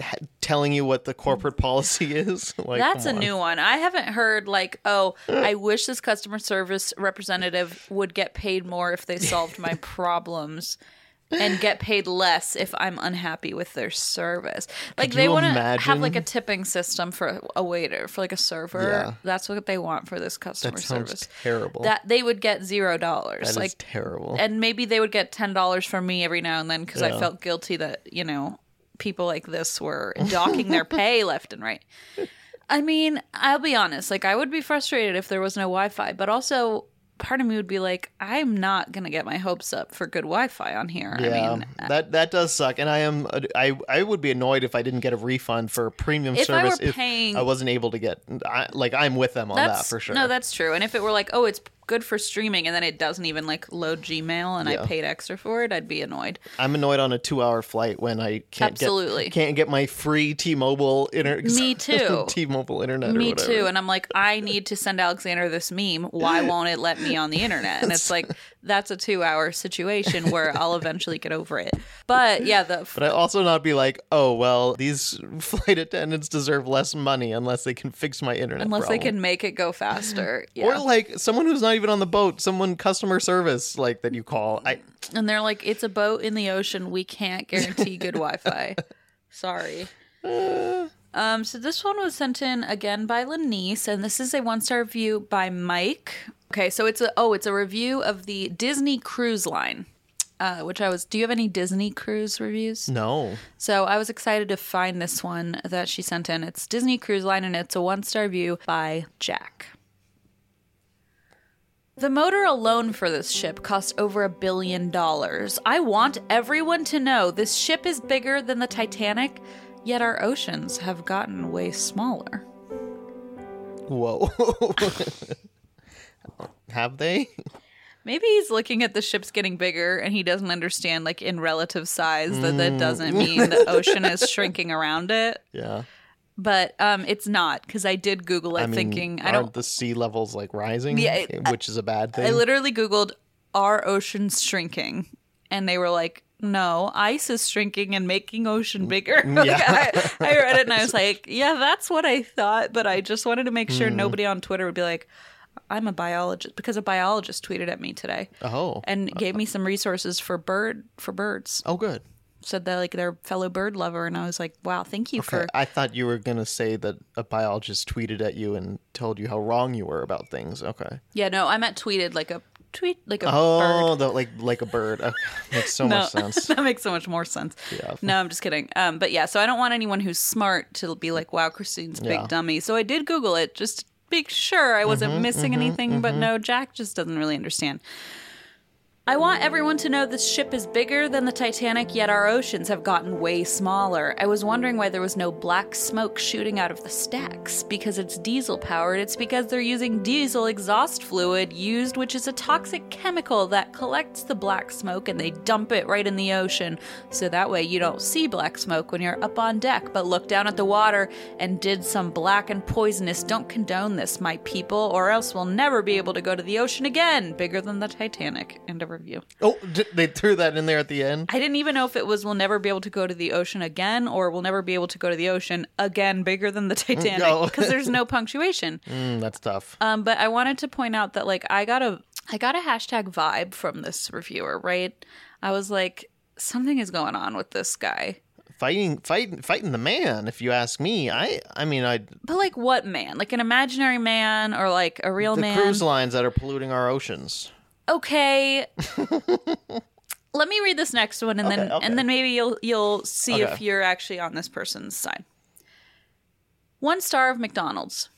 B: ha- telling you what the corporate policy is, [LAUGHS] like
A: That's a
B: come on.
A: new one. I haven't heard like, oh, I wish this customer service representative would get paid more if they solved
B: [LAUGHS]
A: my problems and get paid less if I'm unhappy with their service. Like
B: Could
A: they
B: you
A: want to have like a
B: imagine?
A: tipping system for a waiter, for like a server.
B: Yeah.
A: That's what they want for this customer
B: That sounds
A: service.
B: terrible.
A: That they would get zero dollars.
B: That is
A: like
B: terrible.
A: and maybe they would get ten dollars from me every now and then because I
B: Yeah.
A: felt guilty that you know people like this were docking
B: [LAUGHS]
A: their pay left and right. I mean, I'll be honest. Like, I would be frustrated if there was no Wi-Fi, but also part of me would be like, I'm not gonna get my hopes up for good Wi-Fi on here.
B: Yeah,
A: I mean, uh,
B: that that does suck, and I am uh, I I would be annoyed if I didn't get a refund for premium
A: If I were
B: service if
A: paying-
B: I wasn't able to get. I, like I'm with them on
A: that's
B: that for sure.
A: no, that's true. And if it were like, oh, it's good for streaming, and then it doesn't even like load Gmail, and I paid extra for it, I'd be annoyed.
B: I'm annoyed on a two-hour flight when I can't
A: Absolutely.
B: get, can't get my free T-Mobile internet. [LAUGHS]
A: Me too.
B: T-Mobile internet. or
A: Me
B: whatever.
A: too. And I'm like, I need to send Alexander this meme. Why
B: [LAUGHS]
A: won't it let me on the internet? And it's like, that's a two hour situation where I'll eventually get over it. But yeah, the
B: But I also not be like, oh well, these [LAUGHS] flight attendants deserve less money unless they can fix my internet.
A: unless they
B: problem.
A: can make it go faster.
B: Or
A: Yeah.
B: like someone who's not even on the boat, someone customer service like that you call. I
A: and they're like, it's a boat in the ocean. We can't guarantee good Wi Fi. Sorry. Um, so this one was sent in again by Lanice, and this is a one star review by Mike. Okay, so it's a oh, it's a review of the Disney Cruise Line, uh, which I was. Do you have any Disney Cruise reviews?
B: no.
A: So I was excited to find this one that she sent in. It's Disney Cruise Line and it's a one star view by Jack. The motor alone for this ship cost over a billion dollars. I want everyone to know this ship is bigger than the Titanic, yet our oceans have gotten way smaller.
B: Whoa. [LAUGHS] Have they?
A: Maybe he's looking at the ships getting bigger and he doesn't understand, like in relative size, that that doesn't mean the ocean is shrinking around it.
B: Yeah.
A: But um, it's not because I did Google it,
B: mean,
A: thinking I
B: aren't
A: don't.
B: the sea levels like rising?
A: Yeah, it-
B: which is a bad thing.
A: I literally Googled, are oceans shrinking? And they were like, no, ice is shrinking and making ocean bigger. [LAUGHS] Like, I, I read it and I was like, yeah, that's what I thought. But I just wanted to make sure
B: Mm-hmm.
A: nobody on Twitter would be like, I'm a biologist because a biologist tweeted at me today
B: oh.
A: and gave me some resources for bird for birds.
B: oh, good.
A: Said they're like their fellow bird lover, and I was like, wow, thank you for
B: I thought you were gonna say that a biologist tweeted at you and told you how wrong you were about things. Okay.
A: yeah. No, I meant tweeted like a tweet like a bird.
B: Oh, the, like like a bird. Okay. Makes
A: [LAUGHS]
B: so much sense.
A: that makes so much more sense.
B: Yeah.
A: No, I'm just kidding. Um, but yeah, so I don't want anyone who's smart to be like, "Wow, Christine's a big
B: Yeah. Mm-hmm,
A: dummy." So I did Google it just to make sure I wasn't missing anything. But no, Jack just doesn't really understand. I want everyone to know this ship is bigger than the Titanic, yet our oceans have gotten way smaller. I was wondering why there was no black smoke shooting out of the stacks. Because it's diesel powered, it's because they're using diesel exhaust fluid used, which is a toxic chemical that collects the black smoke and they dump it right in the ocean. So that way you don't see black smoke when you're up on deck, but look down at the water and did some black and poisonous. Don't condone this, my people, or else we'll never be able to go to the ocean again. Bigger than the Titanic. End of review.
B: Oh, d- they threw that in there at the end.
A: I didn't even know if it was we'll never be able to go to the ocean again or we'll never be able to go to the ocean again bigger than the Titanic
B: No.
A: because there's no punctuation.
B: Mm, that's tough.
A: Um, but I wanted to point out that like I got a I got a hashtag vibe from this reviewer, right? I was like, something is going on with this guy.
B: Fighting, fighting, fighting the man. If you ask me, I, I mean, I
A: But like what man? Like an imaginary man or like a real
B: the
A: man?
B: cruise lines that are polluting our oceans. [LAUGHS]
A: okay. Let me read this next one and then
B: Okay, okay.
A: and then maybe you'll you'll see if
B: Okay.
A: you're actually on this person's side. One star of McDonald's.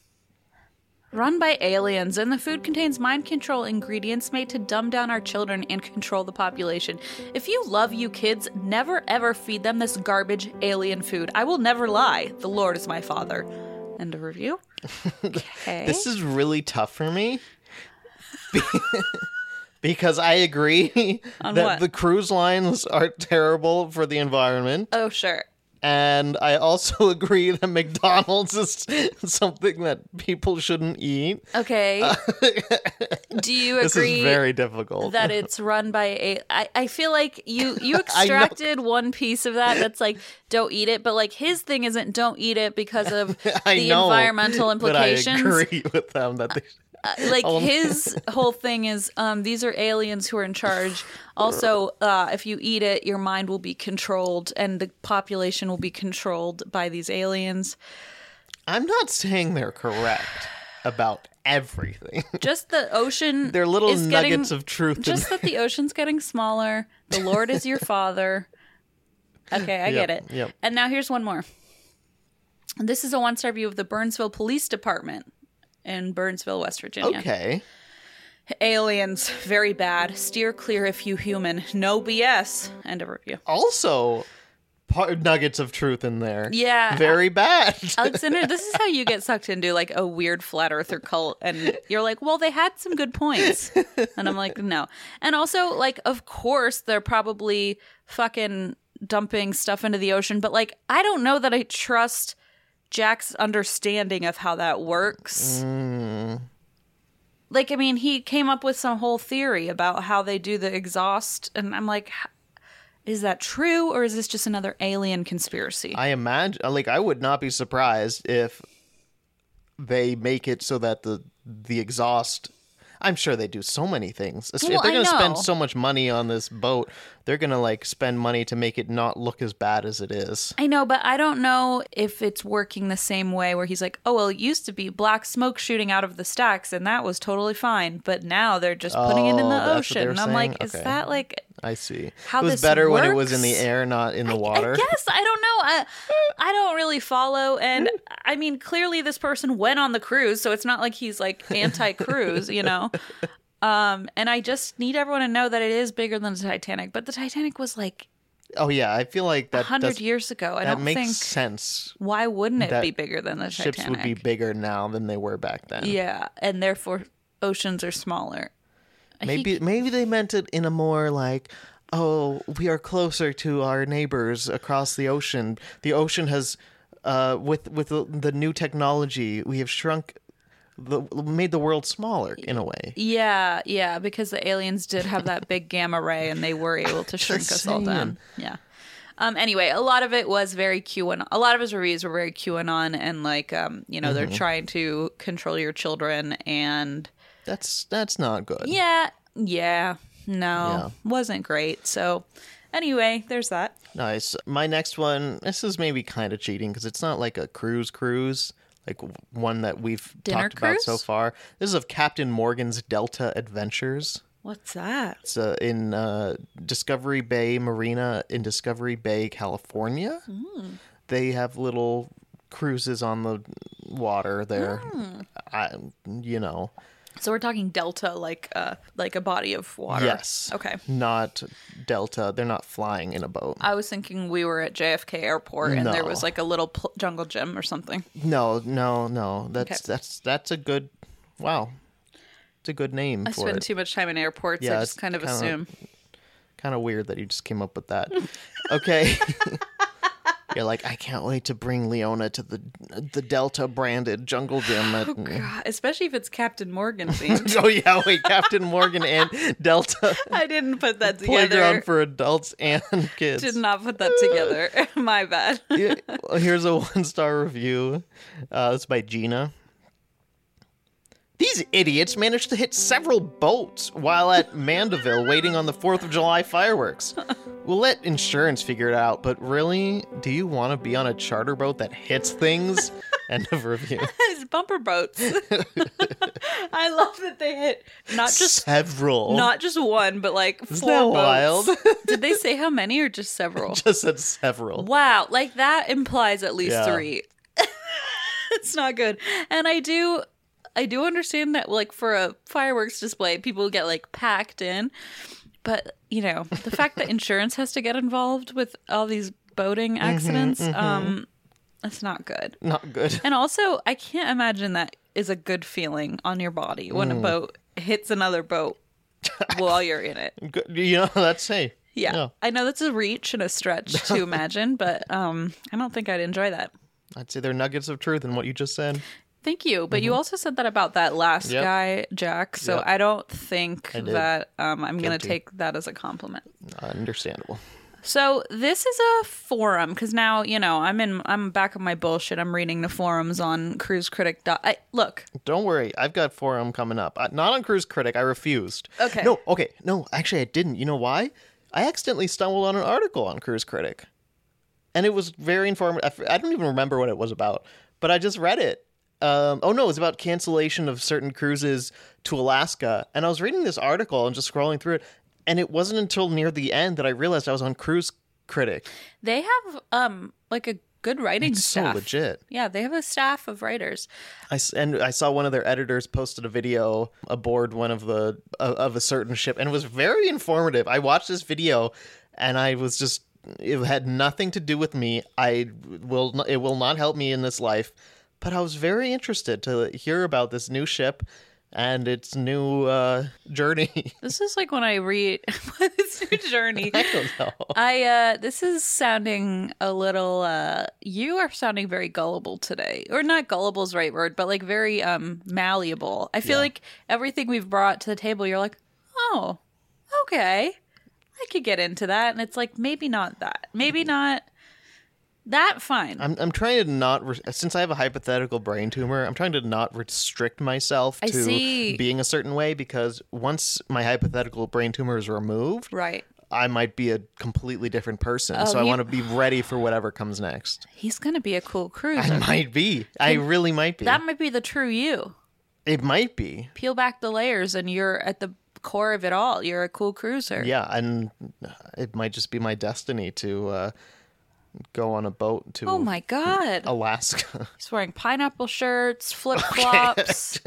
A: Run by aliens, and the food contains mind control ingredients made to dumb down our children and control the population. If you love you kids, never ever feed them this garbage alien food. I will never lie. The Lord is my father. End of review. Okay.
B: [LAUGHS] This is really tough for me. [LAUGHS] Be- Because I agree [LAUGHS]
A: On
B: that
A: what?
B: the cruise lines are terrible for the environment.
A: oh, sure.
B: And I also [LAUGHS] agree that McDonald's is [LAUGHS] something that people shouldn't eat.
A: Okay. [LAUGHS] Do you
B: Uh, This
A: agree
B: is very
A: [LAUGHS]
B: difficult.
A: that it's run by a? I, I feel like you you
B: [LAUGHS] I know.
A: extracted one piece of that that's like don't eat it, but like his thing isn't don't eat it because of
B: [LAUGHS] I
A: the
B: know
A: environmental
B: [LAUGHS] that I
A: implications.
B: agree Oh, with them that they
A: Uh,
B: [LAUGHS]
A: Like his whole thing is um, these are aliens who are in charge. Also, uh, if you eat it, your mind will be controlled and the population will be controlled by these aliens.
B: I'm not saying they're correct about everything. [LAUGHS]
A: Just the ocean.
B: They're little
A: is getting-
B: nuggets of truth. in
A: just that the ocean's getting smaller. The Lord is your father. Okay, I
B: Yep,
A: get it.
B: yep.
A: And now here's one more. This is a one star view of the Burnsville Police Department in Burnsville, West Virginia.
B: Okay.
A: Aliens, very bad. Steer clear if you human. No BS. End of review.
B: Also, part, nuggets of truth in there.
A: Yeah.
B: Very
A: [LAUGHS]
B: bad. [LAUGHS]
A: Alexander, this is how you get sucked into like a weird flat earther cult. And you're like, well, they had some good points. And I'm like, no. And also, like, of course, they're probably fucking dumping stuff into the ocean. But like, I don't know that I trust Jack's understanding of how that works. Like, I mean, he came up with some whole theory about how they do the exhaust. And I'm like, h- is that true or is this just another alien conspiracy?
B: I imagine, uh, like, I would not be surprised if they make it so that the the exhaust. I'm sure they do so many things. If
A: Well,
B: they're
A: I
B: going to spend
A: know.
B: so much money on this boat, they're going to like spend money to make it not look as bad as it is.
A: I know, but I don't know if it's working the same way where he's like, oh, well, it used to be black smoke shooting out of the stacks and that was totally fine, but now they're just putting it in the
B: Oh, that's what they
A: ocean.
B: were
A: And I'm
B: saying?
A: like, is
B: Okay.
A: that like.
B: I see.
A: How
B: it was
A: this
B: better when it was in the
A: works?
B: air, not in the water.
A: I guess I don't know. I,
B: [LAUGHS]
A: I don't really follow, and I mean, clearly this person went on the cruise, so it's not like he's like anti-cruise, you
B: [LAUGHS]
A: know. Um, and I just need everyone to know that it is bigger than the Titanic, but the Titanic was like
B: Oh yeah, I feel like that
A: hundred
B: that's-
A: years ago. I
B: that
A: don't
B: makes
A: think
B: sense.
A: why wouldn't it
B: that
A: be bigger than the
B: Ships
A: Titanic?
B: would be bigger now than they were back then.
A: Yeah, and therefore oceans are smaller.
B: Maybe maybe they meant it in a more like, oh, we are closer to our neighbors across the ocean. The ocean has, uh, with with the, the new technology, we have shrunk, the made the world smaller in a way.
A: Yeah, yeah, because the aliens did have that big gamma ray and they were able to shrink us all down. Yeah. Um, anyway, a lot of it was very QAnon. A lot of his reviews were very QAnon and like, um, you know, they're trying to control your children and
B: That's that's not good.
A: yeah, yeah, no, wasn't great. So, anyway, there's that.
B: Nice. My next one. This is maybe kind of cheating because it's not like a cruise cruise. Like w- one that we've
A: Dinner
B: talked about so
A: cruise?
B: far. This is of Captain Morgan's Delta Adventures.
A: What's that?
B: It's uh, in uh, Discovery Bay Marina in Discovery Bay, California.
A: Mm.
B: They have little cruises on the water there.
A: Hmm.
B: I, you know,
A: So we're talking delta, like, uh, like a body of water.
B: yes,
A: Okay.
B: not Delta. They're not flying in a boat.
A: I was thinking we were at JFK Airport and there
B: No.
A: was like a little pl- jungle gym or something.
B: No, no, no. That's that's that's a good. Wow, it's a good name
A: I
B: for
A: spend
B: it.
A: too much time in airports.
B: Yeah,
A: I just
B: it's
A: kind of
B: kinda-
A: assume.
B: kind of weird that you just came up with that.
A: [LAUGHS]
B: Okay. You're like, I can't wait to bring Leona to the the Delta branded jungle gym. At,
A: Oh, God, Ah, especially if it's Captain Morgan themed.
B: [LAUGHS] oh yeah, wait, Captain Morgan and
A: [LAUGHS]
B: Delta
A: I didn't put that together.
B: [LAUGHS] playground for adults and
A: [LAUGHS]
B: kids.
A: Did not put that together. [LAUGHS] My bad.
B: Yeah, well, Here's a [LAUGHS] one star review. Uh, it's by Gina. These idiots managed to hit several boats while at Mandeville waiting on the 4th of July fireworks. We'll let insurance figure it out, but really, do you want to be on a charter boat that
A: [LAUGHS]
B: hits things? End of review.
A: It's bumper boats. [LAUGHS] I love that they hit not [LAUGHS] just
B: several.
A: not just one, but like
B: Isn't
A: four
B: that
A: boats.
B: wild? [LAUGHS]
A: Did they say how many or just several? [LAUGHS]
B: Just said several.
A: Wow, like that implies at least
B: Yeah.
A: three. [LAUGHS] it's not good. And I do I do understand that like for a fireworks display, people get like packed in. But, you know, the fact that insurance has to get involved with all these boating accidents, um that's not good.
B: Not good.
A: And also, I can't imagine that is a good feeling on your body when a boat hits another boat while you're in it.
B: good. You know, that's hey.
A: Yeah. I know that's a reach and a stretch
B: [LAUGHS]
A: to imagine, but um, I don't think I'd enjoy that.
B: I'd say there are nuggets of truth in what you just said.
A: Thank you. But you also said that about that last
B: Mm-hmm. Yep.
A: guy, Jack. So I don't think
B: did.
A: that um, I'm going to
B: Guilty.
A: take that as a compliment.
B: Understandable.
A: So this is a forum because now, you know, I'm in, I'm back on my bullshit. I'm reading the forums on Cruise Critic. dot- I, look,
B: Don't worry, I've got forum coming up. Uh, not on Cruise Critic. I refused.
A: Okay.
B: No. Okay. No. Actually, I didn't. You know why? I accidentally stumbled on an article on Cruise Critic, and it was very informative. I, don't even remember what it was about, but I just read it. Um, oh no, it was about cancellation of certain cruises to Alaska, and I was reading this article and just scrolling through it, and it wasn't until near the end that I realized I was on Cruise Critic.
A: they have um like a good writing
B: It's so
A: staff.
B: legit.
A: Yeah, they have a staff of writers.
B: I s- and I saw one of their editors posted a video aboard one of the of- of a certain ship, and it was very informative. I watched this video, and I was just it had nothing to do with me. I will n- it will not help me in this life, but I was very interested to hear about this new ship and its new uh, journey. [LAUGHS]
A: This is like when I read [LAUGHS] this new journey.
B: I don't know.
A: I uh this is sounding a little uh you are sounding very gullible today. Or not gullible is the right word, but like very um malleable. I feel like everything we've brought to the table you're like, "Oh, okay. I could get into that." And it's like maybe not that. Maybe not that fine.
B: I'm, I'm trying to not re- since I have a hypothetical brain tumor. I'm trying to not restrict myself
A: I
B: to
A: see.
B: being a certain way because once my hypothetical brain tumor is removed,
A: right. Oh,
B: I might be a completely different person. so I
A: you-
B: want to be ready for whatever comes
A: [LAUGHS]
B: next.
A: He's going to be a cool cruiser.
B: I might be. I really might be.
A: that might be the true you.
B: it might be.
A: Peel back the layers and you're at the core of it all. You're a cool cruiser.
B: Yeah, and uh, it might just be my destiny to uh, go on a boat to
A: Oh my god.
B: Alaska. [LAUGHS]
A: He's wearing pineapple shirts, flip flops,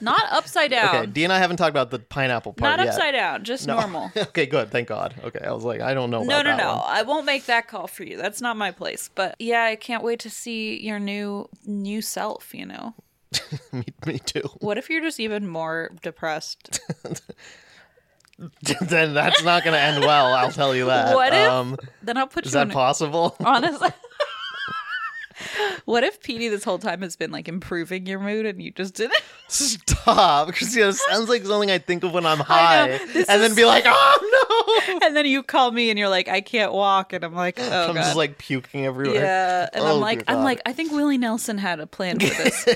A: not upside down.
B: okay, Dee and I haven't talked about the pineapple part
A: Oh. not
B: yet.
A: upside down, just
B: [LAUGHS]
A: normal.
B: okay, good. Thank God. Okay, I was like, I don't know.
A: No,
B: about
A: no,
B: that
A: no.
B: one.
A: I won't make that call for you. That's not my place. But yeah, I can't wait to see your new new self, you know.
B: me, [LAUGHS] me too.
A: What if you're just even more depressed?
B: then that's not going to end well. I'll tell you that.
A: What if-
B: Um,
A: then I'll put
B: is
A: you
B: that
A: on [LAUGHS]
B: possible? [LAUGHS]
A: honestly. what if Petey this whole time has been like improving your mood and you just didn't? [LAUGHS]
B: Stop, Christina. it Sounds like something I think of when I'm
A: I
B: high,
A: know.
B: and
A: This
B: then
A: is-
B: be like, "Oh no!"
A: and then you call me and you're like, I can't walk, and I'm
B: [LAUGHS]
A: like, [LAUGHS] oh
B: I'm
A: god.
B: just like puking everywhere.
A: yeah, and
B: Oh,
A: I'm like,
B: dear
A: I'm
B: God.
A: like, I think Willie Nelson had a plan for
B: [LAUGHS]
A: this.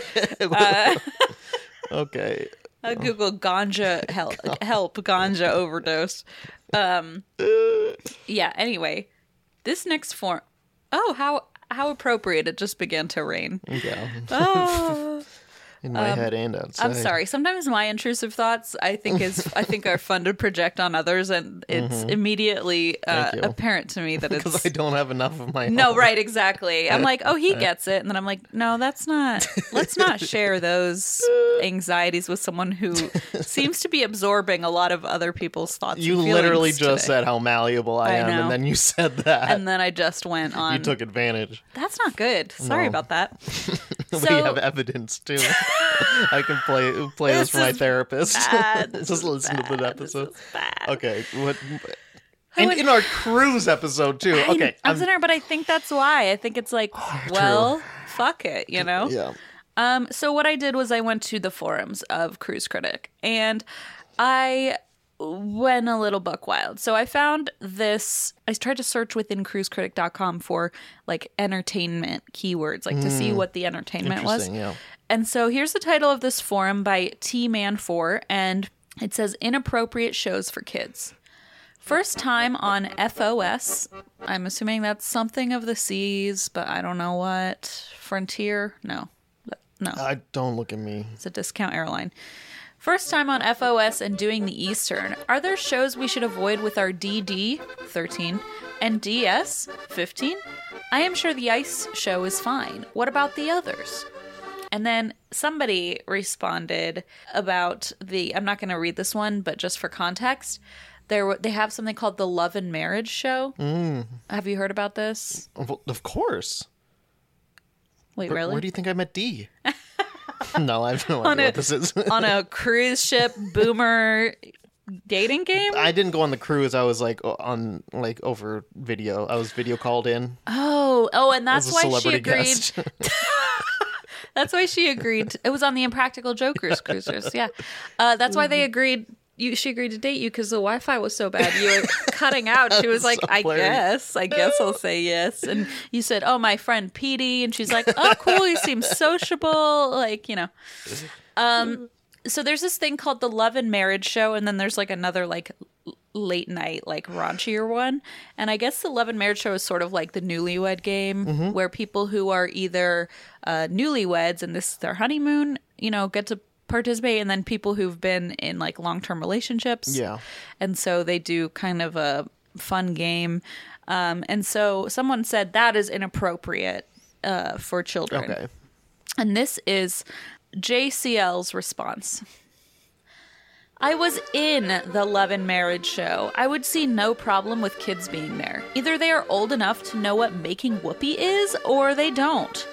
B: okay.
A: I Google ganja
B: [LAUGHS]
A: help, help ganja overdose. Um, yeah. Anyway, this next form. Oh, how how appropriate! It just began to rain.
B: Yeah.
A: Oh,
B: [LAUGHS] In my head and outside.
A: I'm sorry. Sometimes my intrusive thoughts, I think,
B: [LAUGHS]
A: is I think are fun to project on others, and it's immediately uh,
B: Mm-hmm. Thank you.
A: apparent to
B: [LAUGHS]
A: me that
B: because
A: it's
B: I don't have enough of my.
A: No,
B: own.
A: right, exactly. I'm like, oh, he gets it, and then I'm like, no, that's not. Let's not share those anxieties with someone who seems to be absorbing a lot of other people's thoughts.
B: You
A: and feelings
B: literally just
A: today.
B: said how malleable I,
A: I
B: am,
A: know.
B: and then you said that.
A: and then I just went on.
B: you took advantage.
A: that's not good. Sorry about that.
B: [LAUGHS] we
A: So-
B: have evidence too.
A: [LAUGHS]
B: I can play play
A: This
B: this, for my
A: is
B: therapist. [LAUGHS]
A: bad. This
B: Just
A: is
B: listen to that
A: bad. This
B: episode.
A: is bad.
B: Okay. What?
A: I
B: And
A: would-
B: in our cruise episode too.
A: I-
B: Okay.
A: I'm
B: I'm- Oh,
A: sitting there, but I think that's why. I think it's like, well, fuck it, you know.
B: yeah.
A: Um, so what I did was I went to the forums of Cruise Critic and I went a little buck wild. So I found this I tried to search within cruisecritic.com for like entertainment keywords, like to see what the entertainment was.
B: Hmm. Interesting. Yeah.
A: And so here's the title of this forum by T Man 4 and it says inappropriate shows for kids. First time on FOS. I'm assuming that's something of the seas, but I don't know what. Frontier? No. No.
B: I don't look at me.
A: It's a discount airline. First time on FOS and doing the Eastern. Are there shows we should avoid with our DD 13 and DS 15? I am sure the ice show is fine. What about the others? And then somebody responded about the I'm not going to read this one, but just for context, there were- they have something called the Love and Marriage show.
B: Mm.
A: Have you heard about this?
B: Well, of course.
A: Wait,
B: Where-
A: really?
B: Where do you think I met
A: [LAUGHS]
B: D? no, I have no
A: On
B: idea
A: a-
B: what this is. [LAUGHS]
A: On a cruise ship boomer dating game?
B: I didn't go on the cruise. I was like o- on like over video. I was video called in.
A: Oh, oh, and
B: as
A: that's
B: a
A: why she
B: celebrity
A: agreed.
B: guest.
A: [LAUGHS]
B: [LAUGHS]
A: That's why she agreed. It was on the Impractical Jokers cruisers. Yeah, uh, that's why
B: Mm-hmm.
A: they agreed. You, she agreed to date you because the Wi-Fi was so bad.
B: [LAUGHS]
A: You were cutting out. She was like, "I
B: hilarious.
A: guess, I guess I'll say yes." And you said, "Oh, my friend Petey," and she's like, "Oh, cool. He seems sociable." Like you know. Um. So there's this thing called the Love and Marriage Show, and then there's like another like l- late night like raunchier one and i guess the love and marriage show is sort of like the newlywed game
B: Mm-hmm.
A: where people who are either uh, newlyweds and this is their honeymoon you know get to participate and then people who've been in like long-term relationships
B: Yeah.
A: and so they do kind of a fun game um, and so someone said that is inappropriate uh, for children.
B: Okay.
A: And this is JCL's response. I was in the Love and Marriage show. I would see no problem with kids being there. Either they are old enough to know what making whoopee is, or they don't.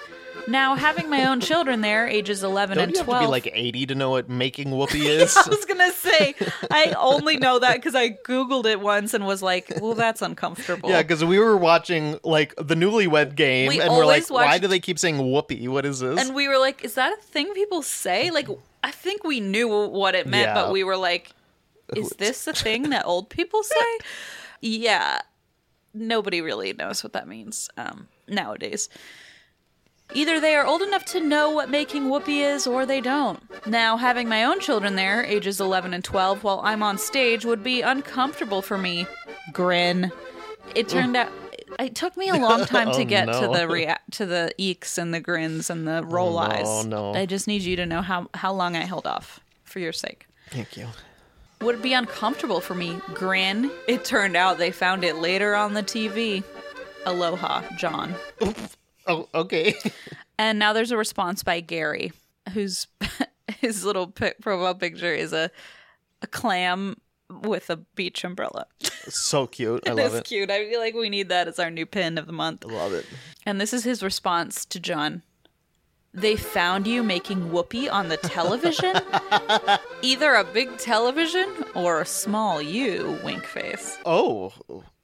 A: Now, having my own children there, ages 11
B: Don't
A: and
B: you have
A: 12.
B: to be like 80 to know what making whoopee is?
A: [LAUGHS] I was gonna say, I only know that because I googled it once and was like, "Well, that's uncomfortable."
B: yeah, because we were watching like the Newlywed Game,
A: We
B: and we're like,
A: always
B: why
A: watched-
B: do they keep saying whoopee? What is this?
A: and we were like, "Is that a thing people say?" Like, I think we knew what it meant,
B: Yeah.
A: but we were like, "Is this a thing that old
B: [LAUGHS]
A: people say?" yeah, nobody really knows what that means um, nowadays. Either they are old enough to know what making whoopee is, or they don't. Now, having my own children there, ages 11 and 12, while I'm on stage would be uncomfortable for me. Grin. It turned out. It took me a
B: [LAUGHS]
A: long time to
B: Oh,
A: get
B: no. Oh,
A: to the rea- to the eeks and the grins and the roll
B: no,
A: eyes.
B: no.
A: I just need you to know how how long I held off for your sake
B: Thank you.
A: would be uncomfortable for me. Grin. It turned out they found it later on the TV. Aloha, John.
B: Oh, okay. [LAUGHS]
A: And now there's a response by Gary, whose [LAUGHS] his little pi- profile picture is a a clam with a beach umbrella.
B: so cute.
A: [LAUGHS]
B: I love
A: That's
B: it.
A: cute. I feel like we need that as our new pin of the month.
B: Love it.
A: And this is his response to John. They found you making whoopee on the
B: [LAUGHS]
A: television? Either a big television or a small you, wink face.
B: Oh,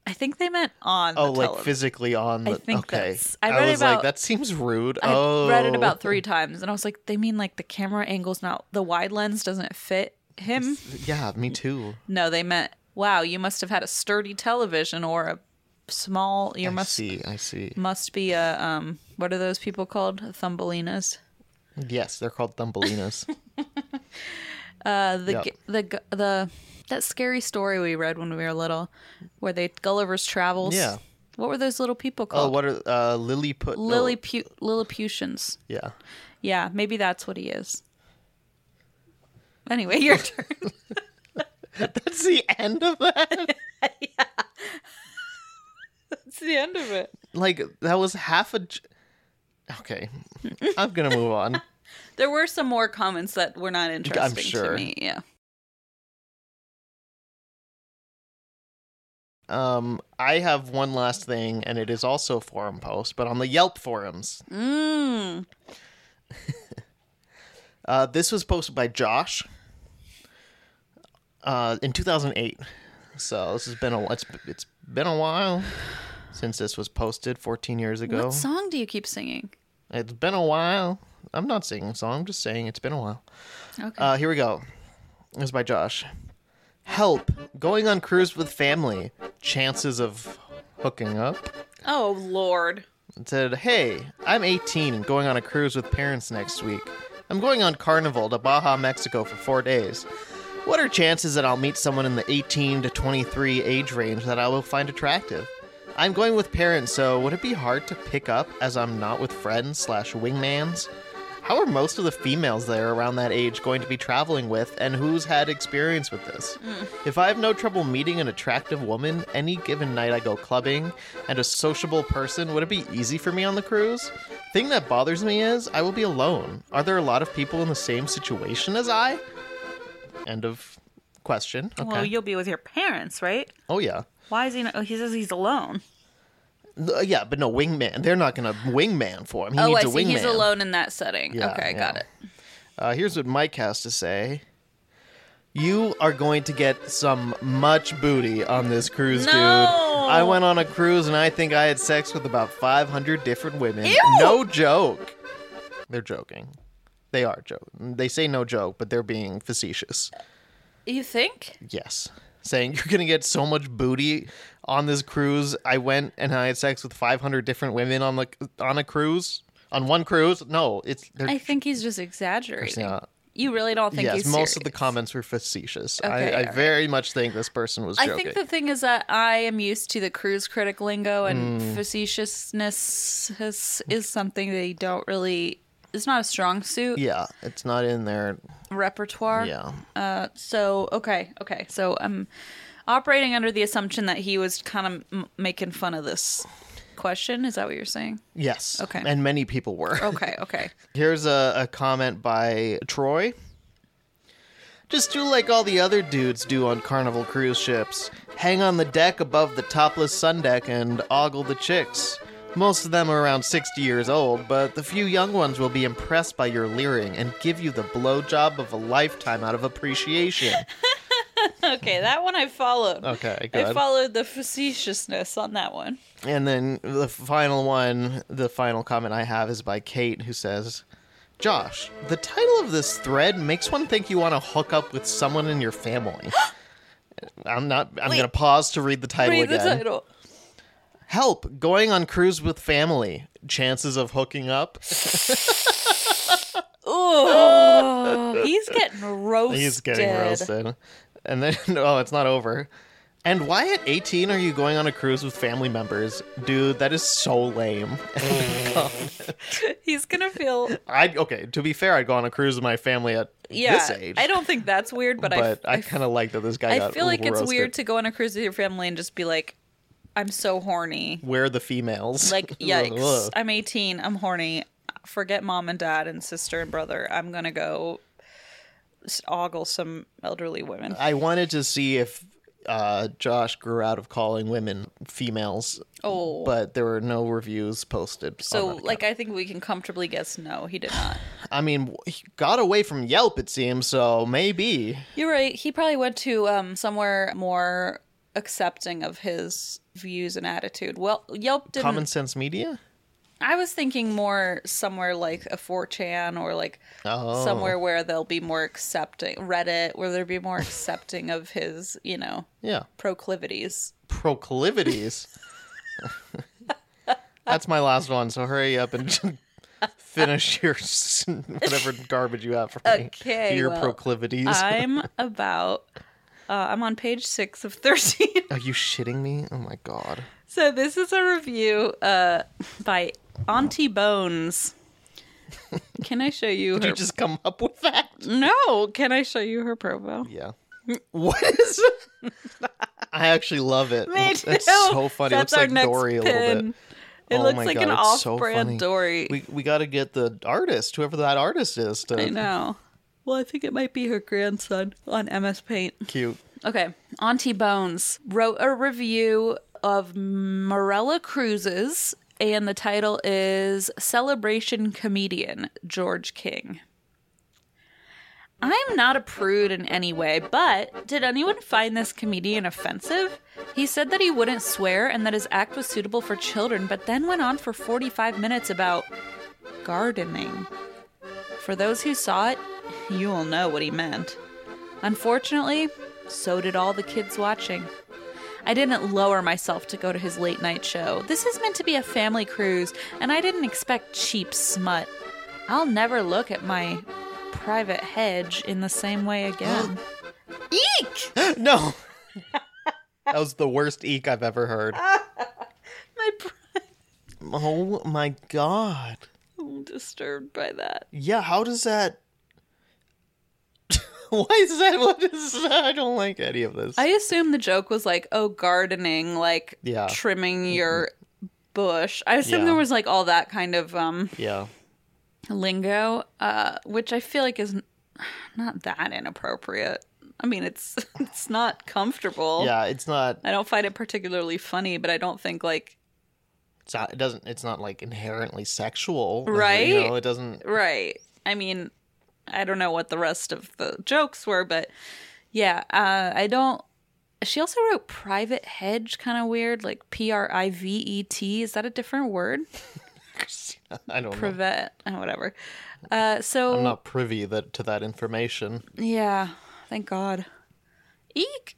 A: I think they meant on.
B: oh,
A: the
B: like
A: tele-
B: physically on.
A: I
B: The,
A: think
B: okay.
A: that's- I read
B: was like,
A: about-
B: that seems rude.
A: I
B: oh,
A: read it about three times, and I was like, they mean like the camera angle's not the wide lens doesn't fit him.
B: Yeah, me too.
A: No, they meant wow, you must have had a sturdy television or a small. You
B: I
A: must Hmm.
B: see. I see.
A: must be a um. What are those people called? Thumbelinas.
B: Yes, they're called Thumbelinas.
A: [LAUGHS] Uh, the
B: Yep.
A: g the g- the that scary story we read when we were little, where they Gulliver's Travels.
B: Yeah.
A: What were those little people
B: oh,
A: called?
B: what are uh, Lily put?
A: Lily Pu- Lilliputians.
B: yeah. [LAUGHS]
A: Yeah, maybe that's what he is. Anyway,
B: [LAUGHS]
A: your turn.
B: That's the end of that.
A: That's the end of it.
B: like that was half a. j- Okay, I'm gonna move on.
A: There were some more comments that were not interesting
B: sure.
A: to me. Yeah.
B: Um, I have one last thing, and it is also a forum post, but on the Yelp forums.
A: Mm.
B: Uh, this was posted by Josh uh, in 2008. So this has been a it's, it's been a while since this was posted 14 years ago.
A: What song do you keep singing?
B: It's been a while. I'm not singing a song. I'm just saying it's been a while.
A: Okay.
B: Uh, here we go. This is by Josh. Help going on cruise with family. Chances of hooking up.
A: oh Lord.
B: and said, Hey, I'm 18 and going on a cruise with parents next week. I'm going on Carnival to Baja, Mexico for four days. What are chances that I'll meet someone in the 18 to 23 age range that I will find attractive? I'm going with parents, so would it be hard to pick up as I'm not with friends slash wingmans? How are most of the females there around that age going to be traveling with, and who's had experience with this? If I have no trouble meeting an attractive woman any given night I go clubbing and a sociable person, would it be easy for me on the cruise? Thing that bothers me is I will be alone. Are there a lot of people in the same situation as I? End of question. Okay.
A: Well, you'll be with your parents, right?
B: oh yeah.
A: Why is he? Not- oh, he says he's alone.
B: Uh, yeah, but no wingman. They're not gonna wingman for him. He
A: oh, I
B: needs
A: see.
B: a wingman.
A: He's alone in that setting.
B: Yeah,
A: okay, got
B: yeah.
A: it.
B: Uh, here's what Mike has to say. You are going to get some much booty on this cruise, dude.
A: No!
B: I went on a cruise and I think I had sex with about 500 different women. No joke. They're joking. They are joking. They say no joke, but they're being facetious.
A: You think?
B: Yes. Saying [LAUGHS] you're going to get so much booty on this cruise. I went and I had sex with 500 different women on the on a cruise, on one cruise. No, it's they're
A: I think he's just exaggerating.
B: not.
A: You really don't think
B: yes,
A: he's
B: most of the
A: serious?
B: comments were facetious.
A: Okay,
B: I, I
A: alright.
B: very much think this person was joking.
A: I think the thing is that I am used to the cruise critic lingo, and
B: Mm.
A: facetiousness is, is something they don't really. It's not a strong suit
B: yeah, it's not in there.
A: repertoire.
B: Yeah,
A: Uh, so okay, okay. So I'm operating under the assumption that he was kind of m- making fun of this question? Is that what you're saying?
B: Yes.
A: Okay.
B: And many
A: [LAUGHS]
B: people were. [LAUGHS]
A: Okay, okay.
B: Here's a, a comment by Troy. Just do like all the other dudes do on carnival cruise ships hang on the deck above the topless sun deck and ogle the chicks. Most of them are around 60 years old, but the few young ones will be impressed by your leering and give you the blowjob of a lifetime out of appreciation.
A: okay, that one I followed.
B: Okay,
A: I
B: good.
A: followed the facetiousness on that one.
B: And then the final one, the final comment I have is by Kate, who says, Josh, the title of this thread makes one think you want to hook up with someone in
A: [GASPS]
B: your family. I'm not, I'm going to pause to read the title
A: Read the
B: again.
A: title.
B: Help, going on cruise with family. Chances of hooking up. [LAUGHS]
A: Oh, he's getting roasted.
B: He's getting roasted. And then, [LAUGHS] oh, it's not over. And why at 18 are you going on a cruise with family members? Dude, that is so lame. [LAUGHS]
A: He's gonna feel.
B: I okay. To be fair, I'd go on a cruise with my family at
A: Yeah,
B: this age.
A: I don't think that's weird, but,
B: but
A: I,
B: I, kind of like that this guy.
A: I,
B: got
A: feel like it's
B: roasted.
A: weird to go on a cruise with your family and just be like, "I'm so horny."
B: Where are the females?
A: Like,
B: [LAUGHS] Ugh.
A: yikes! I'm 18. I'm horny. Forget mom and dad and sister and brother. I'm gonna go s- ogle some elderly women.
B: I wanted to see if uh, Josh grew out of calling women females,
A: Oh,
B: but oh there were no reviews posted.
A: so
B: on that
A: like I think we can comfortably guess no, he did not.
B: account. I mean, he got away from Yelp, it seems. So maybe
A: You're right. He probably went to um, somewhere more accepting of his views and attitude. Well, Yelp didn't.
B: Common Sense Media.
A: I was thinking more somewhere like a 4chan or like
B: Oh.
A: somewhere where they'll be more accepting. Reddit, where they'll be more accepting of his, you know,
B: Yeah,
A: proclivities.
B: proclivities.
A: [LAUGHS]
B: [LAUGHS] That's my last one. So hurry up and. [LAUGHS] Finish your s- [LAUGHS] whatever garbage you have for me.
A: Okay,
B: Your
A: well,
B: proclivities.
A: I'm about. Uh, I'm on page six of 13.
B: Are you shitting me? Oh my god.
A: [LAUGHS] So this is a review uh, by Auntie Bones. Can I show you her?
B: Did you just come up with that?
A: no, can I show you her profile?
B: Yeah. [LAUGHS] What is? [LAUGHS] I actually love
A: [LAUGHS]
B: it.
A: Me
B: It's
A: too.
B: so funny.
A: That's
B: it
A: our
B: looks like
A: next
B: Dory a little
A: pin.
B: bit.
A: It
B: Oh
A: looks
B: my
A: like
B: God,
A: an
B: it's so
A: off-brand
B: funny.
A: Dory.
B: We we got to get the artist, whoever that artist is, to
A: I know. Well, I think it might be her grandson on MS Paint.
B: cute. [LAUGHS]
A: Okay. Auntie Bones wrote a review of Morella Cruises, and the title is Celebration Comedian George King. I'm not a prude in any way, but did anyone find this comedian offensive? He said that he wouldn't swear and that his act was suitable for children, but then went on for 45 minutes about gardening. For those who saw it, you will know what he meant. Unfortunately, so did all the kids watching. I didn't lower myself to go to his late night show. This is meant to be a family cruise, and I didn't expect cheap smut. I'll never look at my private hedge in the same way
B: [GASPS]
A: again. Eek!
B: No. that was the worst eek I've ever heard.
A: Ah. My pri-
B: Oh my god.
A: [LAUGHS] I'm disturbed by that.
B: Yeah. How does that? [LAUGHS] Why is that? What is that? I don't like any of this.
A: I assume the joke was like, oh, gardening, like
B: Yeah.
A: trimming your bush. I assume
B: Yeah.
A: there was like all that kind of um
B: Yeah.
A: lingo, uh, which I feel like is n- not that inappropriate. I mean, it's [LAUGHS] it's not comfortable.
B: Yeah. It's not.
A: I don't find it particularly funny, but I don't think like
B: it's not it doesn't it's not like inherently sexual you
A: Right?
B: know, it doesn't
A: right. I mean, I don't know what the rest of the jokes were, but yeah, uh, I don't. She also wrote private hedge, kind of weird, like P R I V E T. Is that a different word?
B: i don't know
A: Privet, oh, whatever. Uh, so
B: i'm not privy that to that information [LAUGHS]
A: yeah, thank God. Eek.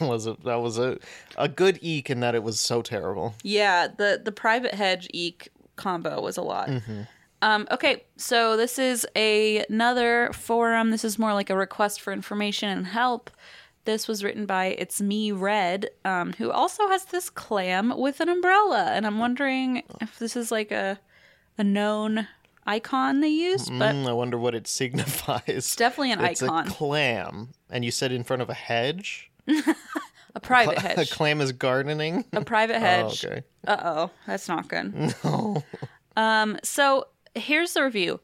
B: was it that was a a good eek in that it was so terrible
A: Yeah, the the private hedge eek combo was a lot.
B: Mm-hmm.
A: Um, okay, so this is a, another forum. This is more like a request for information and help. This was written by It's Me Red, um, who also has this clam with an umbrella, and I'm wondering if this is like a a known icon they use, but
B: Mm, i wonder what it [LAUGHS] signifies
A: definitely an
B: it's
A: icon.
B: [LAUGHS] a clam and you said in front of a hedge
A: A private hedge.
B: A clam is gardening.
A: a private hedge.
B: okay.
A: Uh oh, that's not good. [LAUGHS] No. Um. So here's the review.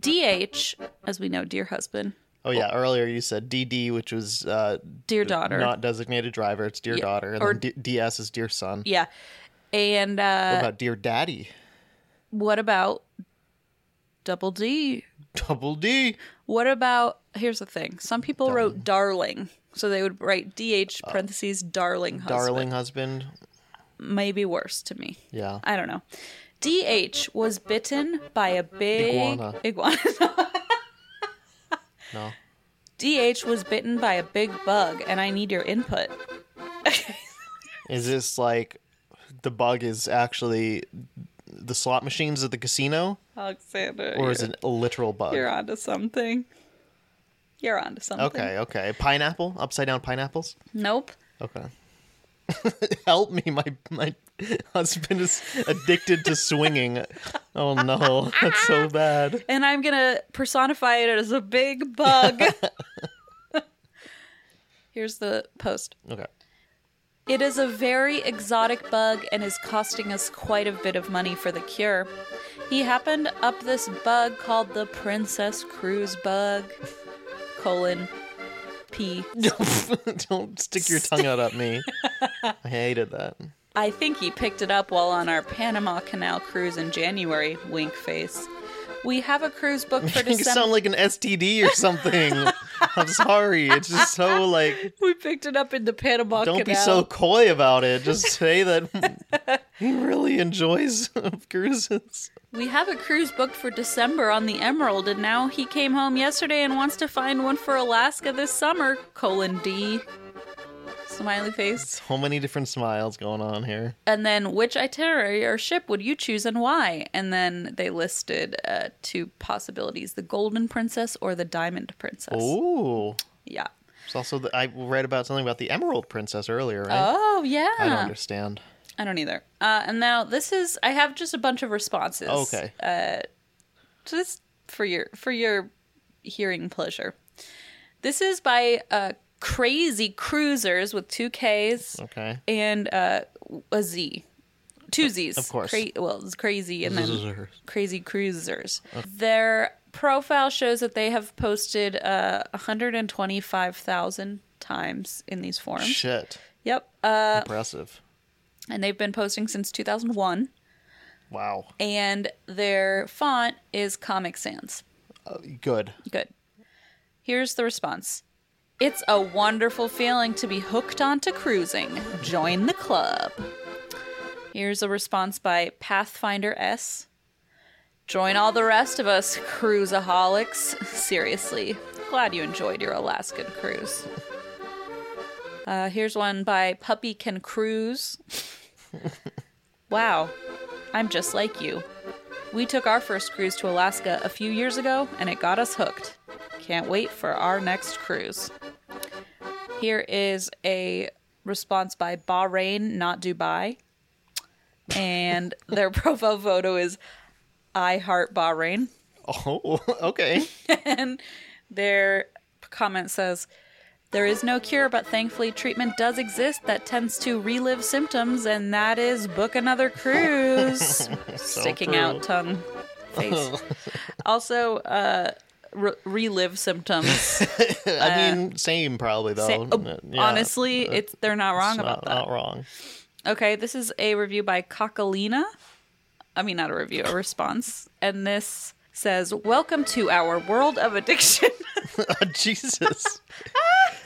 A: DH, as we know, dear husband,
B: Oh yeah, earlier you said DD, which was uh,
A: dear daughter.
B: not designated driver. It's dear
A: Yeah,
B: daughter, and
A: or-
B: then D- DS is dear son.
A: yeah. And
B: What
A: uh,
B: about dear daddy? [LAUGHS]
A: what about Double D?
B: Double D.
A: What about here's the thing. Some people wrote darling. So they would write DH parentheses darling husband.
B: Darling husband.
A: Maybe worse to me.
B: Yeah.
A: I don't know. DH was bitten by a big
B: Iguana.
A: iguana.
B: No.
A: DH was bitten by a big bug and I need your input.
B: Is this like the bug is actually the slot machines at the casino,
A: Alexander.
B: or is it a literal bug?
A: You're onto something. You're onto something.
B: Okay, okay. Pineapple, upside down pineapples.
A: Nope.
B: Okay. [LAUGHS] Help me, my my husband is addicted to swinging. Oh no, that's so bad.
A: And I'm gonna personify it as a big
B: [LAUGHS]
A: bug. Here's the post.
B: Okay. [LAUGHS]
A: It is a very exotic bug and is costing us quite a bit of money for the cure. He happened up this bug called the Princess Cruise bug. Colon P.
B: Don't stick your tongue out at me. I hated that.
A: I think he picked it up while on our Panama Canal cruise in January. Wink face. We have a cruise
B: [LAUGHS]
A: booked for
B: You sound
A: December.
B: like an STD or
A: [LAUGHS]
B: something. I'm sorry. It's just so like.
A: we picked it up in the Panama
B: Don't
A: Canal.
B: be so coy about it. Just
A: [LAUGHS]
B: say that he really enjoys [LAUGHS] cruises.
A: We have a cruise booked for December on the Emerald, and now he came home yesterday and wants to find one for Alaska this summer. Colon D. Smiley face.
B: So many different smiles going on here.
A: And then, which itinerary or ship would you choose and why? And then they listed uh, two possibilities the Golden Princess or the Diamond Princess.
B: Oh. Ooh.
A: Yeah.
B: It's also the, I read about something about the Emerald Princess earlier, right?
A: Oh, yeah.
B: I don't understand.
A: I don't either. Uh, and now this is I have just a bunch of responses.
B: Okay.
A: So this for your for your hearing pleasure. This is by uh, Crazy Cruisers with two Ks
B: okay.
A: and uh, a Z, two Zs. Of
B: course.
A: well, it's crazy and then Crazy Cruisers. Their profile shows that they have posted uh, 125,000 times in these forums.
B: Shit.
A: Yep. Uh,
B: Impressive.
A: and they've been posting since 2001.
B: Wow.
A: and their font is Comic Sans.
B: Uh, Good. [LAUGHS]
A: Good. Here's the response It's a wonderful feeling to be hooked onto cruising. Join the club. Here's a response by Pathfinder S. Join all the rest of us, cruisaholics. Seriously, glad you enjoyed your Alaskan cruise. Uh, here's one by Puppy Can Cruise. [LAUGHS] wow, I'm just like you. We took our first cruise to Alaska a few years ago and it got us hooked. Can't wait for our next cruise. Here is a response by Bahrain, not Dubai. And their [LAUGHS] profile photo is I heart Bahrain.
B: Oh, okay.
A: And their comment says, There is no cure, but thankfully treatment does exist that tends to relive symptoms, and that is book another cruise. Sticking out tongue face.
B: [LAUGHS]
A: also, uh, re- relive
B: [LAUGHS]
A: symptoms.
B: I mean, same probably though.
A: Say- oh,
B: Yeah.
A: Uh, Honestly, it's they're not wrong
B: It's
A: about
B: not,
A: that.
B: not wrong.
A: Okay, this is a review by Cockalina. I mean, not a review, a response. And this says, Welcome to our world of addiction. [LAUGHS]
B: Jesus.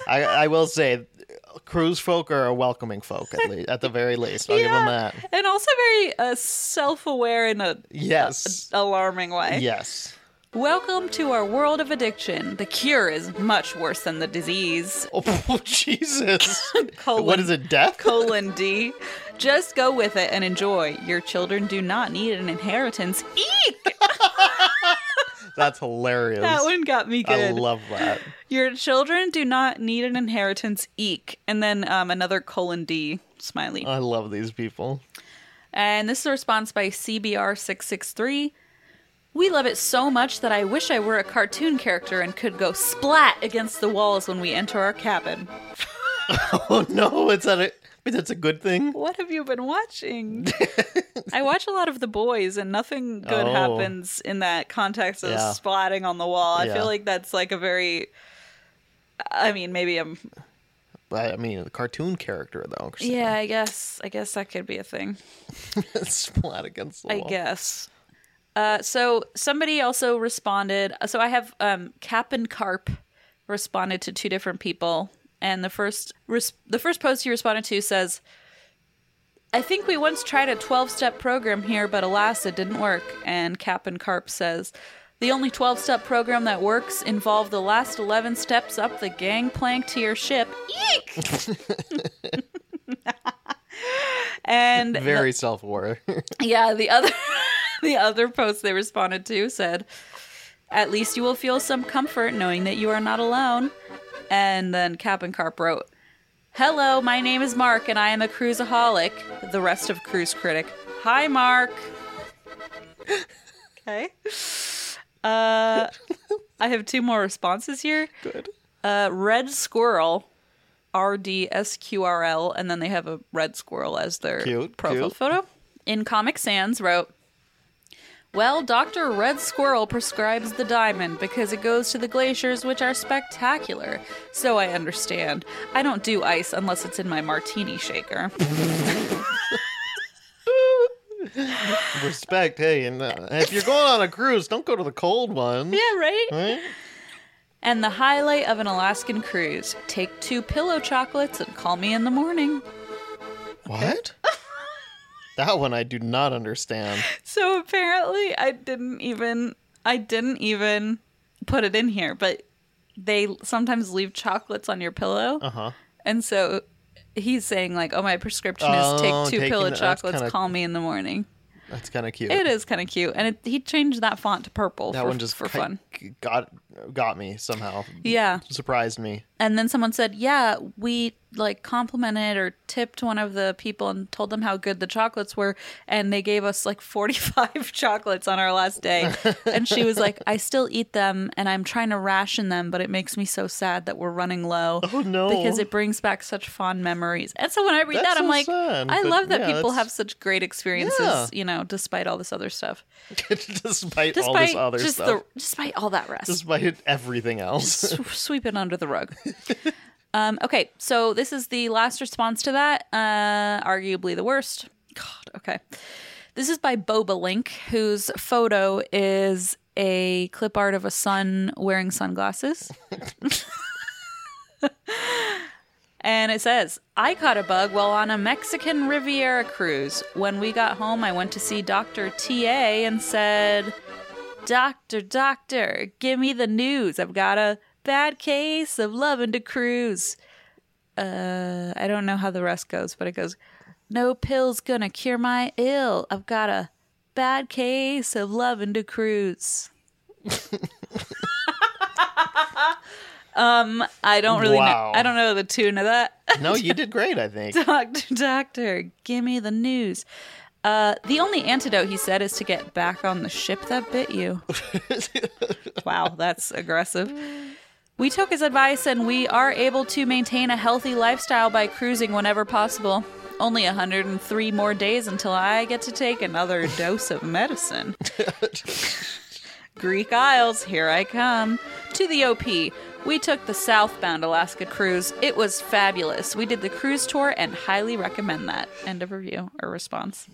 B: I, I will say, cruise folk are a welcoming folk at least, at the very least. I'll give them that.
A: and also very uh, self-aware in a [LAUGHS]
B: Yes.
A: alarming way.
B: Yes.
A: Welcome to our world of addiction. The cure is much worse than the disease.
B: Oh, [LAUGHS] Jesus.
A: Colon.
B: What is it? Death?
A: Colon D. Just go with it and enjoy. Your children do not need an inheritance. Eek!
B: That's hilarious.
A: That one got me
B: I
A: good.
B: love that.
A: Your children do not need an inheritance. Eek! And then um, another colon D smiley.
B: I love these people. [LAUGHS]
A: And this is a response by CBR663. We love it so much that I wish I were a cartoon character and could go splat against the walls when we enter our cabin.
B: oh no, it's that a but that's a good thing.
A: What have you been
B: [LAUGHS]
A: watching? I watch a lot of The Boys, and nothing good
B: Oh.
A: happens in that context of
B: Yeah.
A: splatting on the wall. I
B: Yeah.
A: feel like that's like a very. I mean, maybe I'm.
B: But I mean, a cartoon character though. [LAUGHS]
A: Yeah, I guess. I guess that could be a thing.
B: splat against the
A: I
B: wall.
A: guess. Uh, so somebody also responded. So I have um, Cap and Carp responded to two different people, and the first res- the first post he responded to says, "I think we once tried a twelve step program here, but alas, it didn't work." And Cap and Carp says. The only 12 step program that works involved the last 11 steps up the gangplank to your ship. Eek! and
B: Very self-aware. [LAUGHS]
A: yeah, the other [LAUGHS] the other post they responded to said, "At least you will feel some comfort knowing that you are not alone." And then Cap and Carp wrote, "Hello, my name is Mark, and I am a cruiseaholic. The rest of Cruise Critic. Hi, Mark." okay. Uh, I have two more responses here.
B: Good.
A: Uh, red squirrel, R D S Q R L, and then they have a red squirrel as their
B: Cute,
A: profile
B: cute.
A: photo. In Comic Sans wrote, "Well, Doctor Red Squirrel prescribes the diamond because it goes to the glaciers, which are spectacular. So I understand. I don't do ice unless it's in my martini shaker." [LAUGHS]
B: Respect, hey, and uh, if you're going on a cruise, don't go to the cold one.
A: yeah, right.
B: Right?
A: And the highlight of an Alaskan cruise: take two pillow chocolates and call me in the morning.
B: What?
A: [LAUGHS]
B: that one I do not understand.
A: So apparently I didn't even I didn't even put it in here, but they sometimes leave chocolates on your pillow.
B: Uh-huh.
A: And so he's saying like, "Oh, my prescription is
B: Oh,
A: take two
B: taking
A: pillow
B: the- that's
A: chocolates,
B: kinda-
A: call me in the morning."
B: That's kind of cute.
A: It is kind of cute. And it, he changed that font to purple
B: That
A: for,
B: one just
A: for
B: ki-
A: fun.
B: got got me somehow.
A: Yeah.
B: Surprised me. [LAUGHS]
A: And then someone said, "Yeah, we like complimented or tipped one of the people and told them how good the chocolates were, and they gave us like [LAUGHS] 45 chocolates on our last day."
B: [LAUGHS]
A: and she was like, "I still eat them and I'm trying to ration them, but it makes me so sad that we're running low."
B: Oh, no.
A: Because it brings back such fond memories. And so when I read
B: That's
A: that, I'm
B: so
A: like,
B: sad,
A: "I
B: but
A: love that
B: yeah,
A: people
B: that's-
A: have such great experiences,
B: Yeah.
A: you know, despite all this other stuff."
B: Despite, all
A: Despite
B: this other
A: just
B: stuff.
A: the despite all that rest.
B: Despite
A: [LAUGHS]
B: everything else.
A: sw- sweep it under the rug. Um, okay, so this is the last response to that. Uh, arguably the worst. God, okay. This is by Boba Link, whose photo is a clip art of a sun wearing sunglasses. [LAUGHS] And it says, I caught a bug while on a Mexican Riviera cruise. When we got home, I went to see Dr. TA and said, Doctor, doctor, give me the news. I've got a bad case of loving to cruise. Uh, I don't know how the rest goes, but it goes, No pill's gonna cure my ill. I've got a bad case of loving to cruise. um, I don't really
B: Wow.
A: know. I don't know the tune of that. [LAUGHS]
B: no, you did great, I think.
A: doctor, [LAUGHS] doctor, give me the news. Uh, the only antidote, he said, is to get back on the ship that bit you. wow, that's aggressive. We took his advice and we are able to maintain a healthy lifestyle by cruising whenever possible. Only 103 more days until I get to take another dose of medicine. Greek Isles, here I come. To the OP. We took the southbound Alaska cruise. It was fabulous. We did the cruise tour and highly recommend that. End of review or response.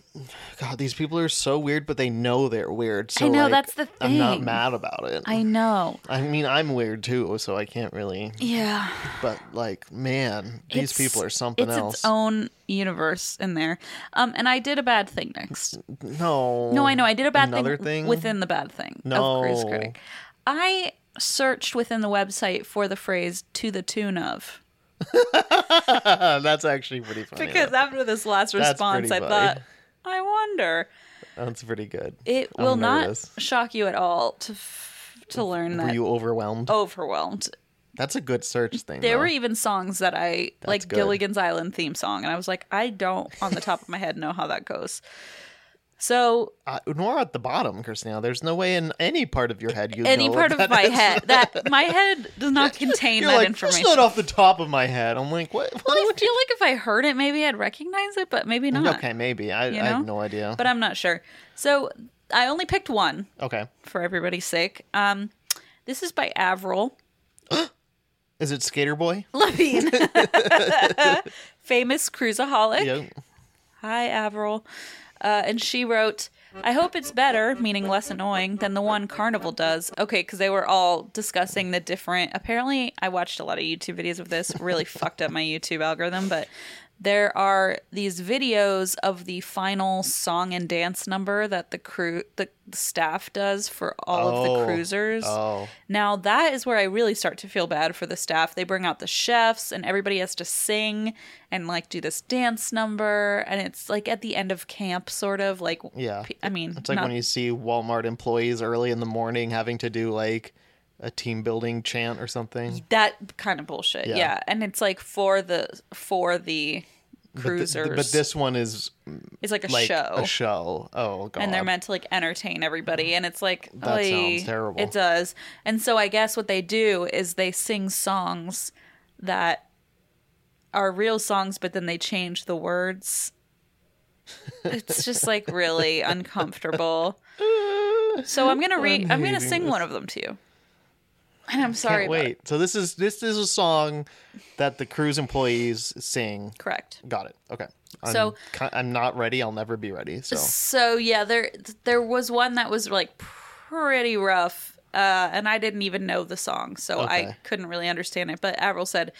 B: God, these people are so weird, but they know they're weird. So
A: know,
B: like,
A: that's the
B: I'm not
A: thing.
B: mad about it.
A: I know.
B: I mean, I'm weird too, so I can't really.
A: Yeah.
B: But like, man, these
A: It's-
B: people are something
A: it's
B: else.
A: its own universe in there. Um, and I did a bad thing next.
B: no,
A: No, I know. I did a bad
B: Another
A: thing,
B: thing?
A: within the bad thing of
B: No.
A: Cruise Critic. I searched within the website for the phrase "to the tune of"
B: Uh, that's actually pretty funny.
A: because after this last
B: That's
A: response, I
B: pretty funny.
A: thought, I wonder.
B: that's pretty good.
A: It
B: I'm
A: will not
B: nervous.
A: shock you at all to f- to learn
B: Were
A: that
B: you overwhelmed?
A: overwhelmed.
B: That's a good search thing.
A: Oh. There
B: though.
A: were even songs that I like
B: good.
A: Gilligan's Island theme song, and I was like, I don't on the top of my head know how that goes. So
B: Uh, nor at the bottom, Christina. There's no way in any part of your head you
A: any
B: know
A: part of [LAUGHS]
B: what
A: my
B: that is.
A: head that my head does not contain
B: [LAUGHS] You're
A: that
B: like,
A: information.
B: That's not off the top of my head. I'm like, what? what
A: I
B: would
A: feel
B: you?
A: like if I heard it, maybe I'd recognize it, but maybe not.
B: okay, maybe. I,
A: you
B: I have
A: know?
B: no idea.
A: But I'm not sure. So I only picked one
B: okay.
A: for everybody's sake. Um, this is by Avril
B: Is it Skater Boy? [LAUGHS]
A: Levine, famous cruiseaholic.
B: Yeah.
A: Hi, Avril. Uh, and she wrote, I hope it's better, meaning less annoying, than the one Carnival does. Okay, because they were all discussing the different. Apparently, I watched a lot of YouTube videos of this, really [LAUGHS] fucked up my YouTube algorithm, but there are these videos of the final song and dance number that the crew the staff does for all of the
B: Oh.
A: cruisers
B: Oh.
A: now that is where I really start to feel bad for the staff. They bring out the chefs and everybody has to sing and like do this dance number and it's like at the end of camp sort of like
B: Yeah.
A: pe- I mean
B: It's like
A: not-
B: when you see Walmart employees early in the morning having to do like a team building chant or something.
A: that kind of bullshit. Yeah.
B: Yeah.
A: And it's like for the for the
B: But th-
A: cruisers.
B: but this one is
A: it's like a
B: like
A: show.
B: a show. Oh god.
A: and they're meant to like entertain everybody and it's like
B: That
A: oy.
B: sounds terrible.
A: it does and so i guess what they do is they sing songs that are real songs but then they change the words it's just like
B: [LAUGHS]
A: really uncomfortable so i'm gonna read i'm gonna sing one of them to you and i'm sorry
B: Can't
A: about it.
B: wait. So this is this is a song that the cruise employees sing.
A: correct
B: Got it. Okay. I'm
A: So-
B: ki- I'm not ready. I'll never be ready. So
A: So yeah, there there was one that was like pretty rough, uh, and I didn't even know the song, so I
B: Okay.
A: couldn't really understand it. But Avril said,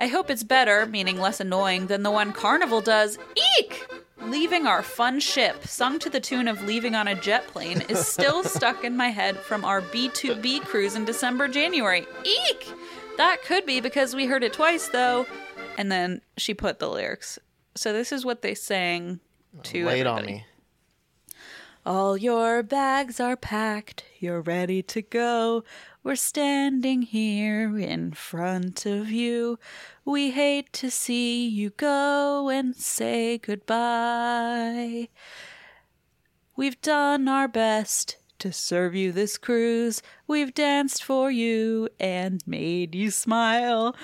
A: "I hope it's better, meaning less annoying than the one Carnival does." Eek! Leaving our fun ship, sung to the tune of Leaving on a Jet Plane, is
B: [LAUGHS]
A: still stuck in my head from our B2B cruise in December, January. Eek! That could be because we heard it twice, though. And then she put the lyrics. So this is what they sang to
B: lay it on
A: everybody.
B: me.
A: All your bags are packed, you're ready to go. We're standing here in front of you. We hate to see you go and say goodbye. We've done our best to serve you this cruise. We've danced for you and made you smile.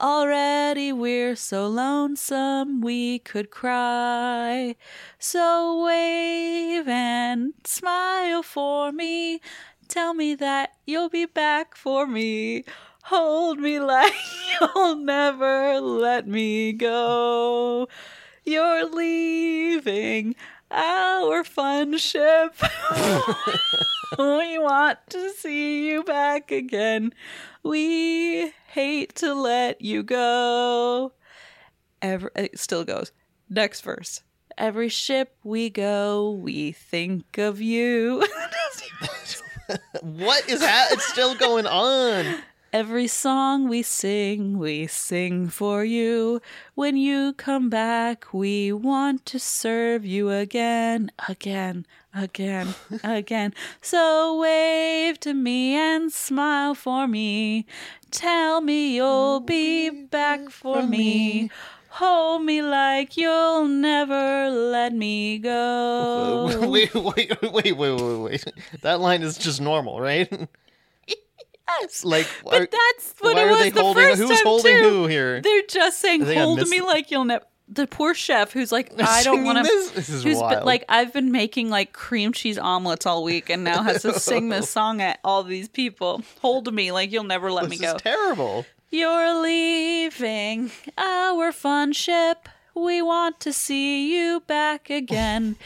A: Already we're so lonesome we could cry. So wave and smile for me. Tell me that you'll be back for me. Hold me [LAUGHS] like you'll never let me go. You're leaving our fun ship. we want to see you back again. We hate to let you go. Every, it still goes. Next verse. Every ship we go, we think of you. [LAUGHS]
B: What is that? It's still
A: [LAUGHS]
B: going on. [LAUGHS]
A: Every song we sing, we sing for you. When you come back, we want to serve you again, again,
B: [LAUGHS]
A: again, again. So wave to me and smile for me. Tell me you'll be back for me. Hold me like you'll never let me go.
B: Wait, wait, wait, wait, wait, wait, wait. That line is just normal, right?
A: [LAUGHS] Yes,
B: Like,
A: but
B: are-
A: that's what
B: why
A: it
B: are
A: was
B: they
A: the
B: holding?
A: first
B: who's
A: time
B: holding
A: too.
B: who [LAUGHS] here?
A: They're just saying,
B: I think I
A: "Hold
B: missed-
A: me like you'll never." The poor chef who's
B: [LAUGHS]
A: like,
B: They're
A: "I don't
B: singing
A: want
B: this?
A: to."
B: This is
A: Who's been,
B: wild.
A: like, "I've been making like cream cheese omelets all week, and now has to sing
B: [LAUGHS]
A: this song at all these people. Hold me like you'll never let me
B: this
A: go."
B: is terrible.
A: You're leaving our fun ship. We want to see you back again.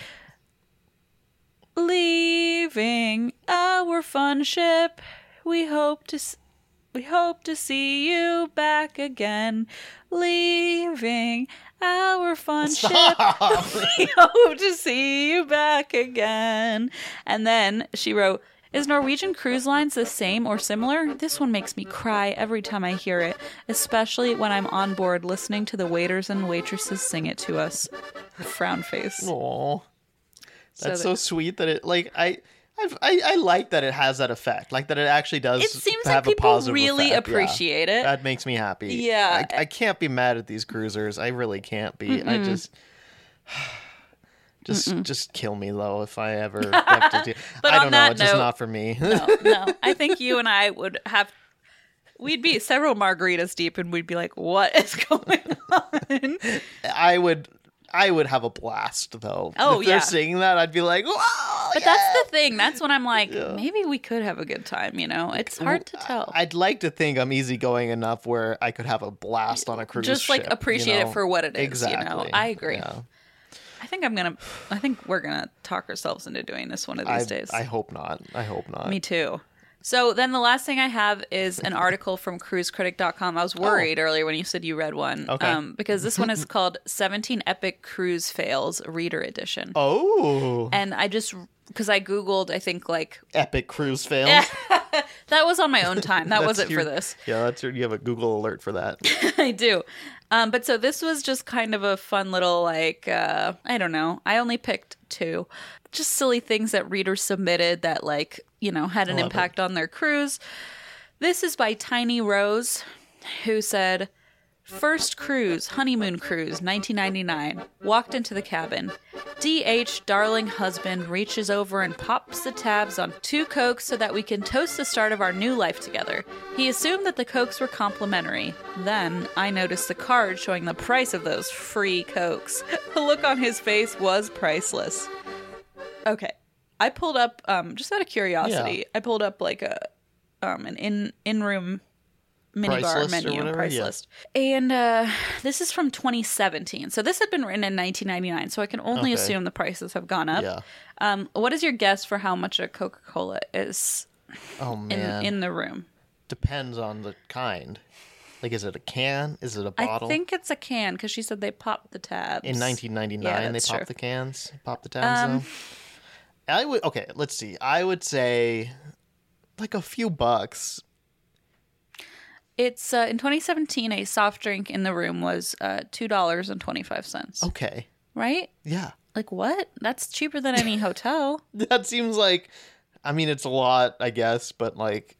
A: leaving our fun ship. We hope to s- we hope to see you back again. Leaving our fun ship. [LAUGHS] We hope to see you back again. And then she wrote is Norwegian Cruise Lines the same or similar? This one makes me cry every time I hear it, especially when I'm on board listening to the waiters and waitresses sing it to us. Frown face.
B: Aw. That's so,
A: that-
B: sweet that it like I. I've, I, I like that it has that effect, like that it actually does.
A: It seems
B: have
A: like
B: a
A: people
B: positive
A: really
B: effect, yeah.
A: appreciate it.
B: That makes me happy.
A: Yeah.
B: I, I can't be mad at these cruisers. I really can't be. I just, [SIGHS] Just just kill me though if I
A: [LAUGHS]
B: ever have to do.
A: But
B: I
A: on
B: don't know.
A: that
B: It's just
A: note-
B: not for me.
A: no, I think you and I would have. We'd be several margaritas deep, and we'd be like, "What is [LAUGHS] going on?"
B: [LAUGHS] I would I would have a blast though.
A: Oh,
B: if they're
A: yeah.
B: singing that, I'd be like, wow.
A: But that's the thing. That's when I'm like, maybe we could have a good time. You know, it's hard to tell.
B: I'd like to think I'm easygoing enough where I could have a blast on a cruise.
A: Just like
B: ship, you
A: appreciate
B: know?
A: it for what it is.
B: Exactly.
A: You know, I agree.
B: Yeah.
A: I think I'm gonna. I think we're gonna talk ourselves into doing this one of
B: I,
A: these days.
B: I hope not. I hope not.
A: Me too. So then the last thing I have is an article from cruisecritic.com. I was worried earlier when you said you read one.
B: Oh.
A: um,
B: Okay.
A: because this
B: [LAUGHS]
A: one is called 17 Epic Cruise Fails Reader Edition.
B: Oh,
A: And I just, because I Googled, I think like,
B: epic cruise fails.
A: that was on my own time. That
B: [LAUGHS] That's
A: wasn't
B: your-
A: for this. [LAUGHS]
B: Yeah, that's your, you have a Google alert for that.
A: I do. Um, but so this was just kind of a fun little, like, uh, I don't know. I only picked two. Just silly things that readers submitted that, like, you know, had an impact on their cruise. This is by Tiny Rose, who said, First cruise, honeymoon cruise, 1999. Walked into the cabin. DH, darling husband, reaches over and pops the tabs on two cokes so that we can toast the start of our new life together. He assumed that the cokes were complimentary. Then I noticed the card showing the price of those free cokes. [LAUGHS] The look on his face was priceless. Okay. I pulled up, um, just out of curiosity,
B: Yeah.
A: I pulled up like a um, an in in room minibar
B: Price list or
A: menu
B: whatever,
A: price
B: yeah.
A: list. And uh, this is from 2017. So this had been written in 1999. So I can only
B: Okay.
A: assume the prices have gone up.
B: Yeah.
A: Um, what is your guess for how much a Coca Cola is
B: Oh
A: in,
B: man,
A: in the room?
B: depends on the kind. Like, is it a can? Is it a bottle?
A: I think it's a can because she said they popped the tabs.
B: in 1999
A: Yeah,
B: they
A: that's
B: popped
A: true. Um,
B: the cans, popped the tabs. though. I would okay. Let's see. I would say like a few bucks.
A: It's uh, in 2017. A soft drink in the room was uh, two dollars and twenty five cents.
B: Okay,
A: Right?
B: yeah,
A: Like what? That's cheaper than
B: [LAUGHS]
A: any hotel.
B: that seems like. I mean, it's a lot, I guess, but like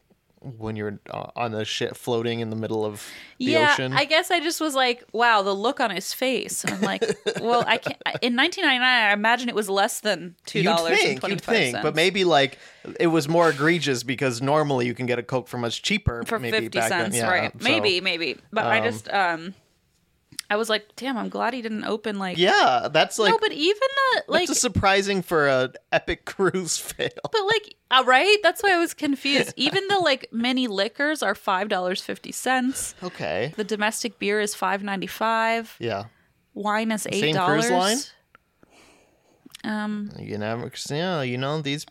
B: when you're uh, on a ship floating in the middle of the
A: yeah,
B: ocean.
A: I guess I just was like, wow, the look on his face. I'm like, well, I can't. I- In 1999, I imagine it was less than two
B: You'd
A: dollars and
B: think,
A: twenty
B: you'd
A: five
B: think,
A: cents.
B: but maybe like it was more egregious because normally you can get a Coke for much cheaper.
A: for
B: maybe
A: 50
B: back
A: cents,
B: then. Yeah,
A: right?
B: so-
A: maybe, maybe. But I just, um, I was like, damn, I'm glad he didn't open like.
B: Yeah, that's like
A: no, but even the like,
B: It's surprising for an epic [LAUGHS] cruise fail.
A: but like, uh, right? That's why I was
B: [LAUGHS]
A: confused. even the like mini liquors are five dollars fifty cents.
B: Okay.
A: The domestic beer is five ninety five.
B: Yeah.
A: Wine is eight
B: Same cruise line?
A: dollars. Um,
B: You never, yeah, you know these.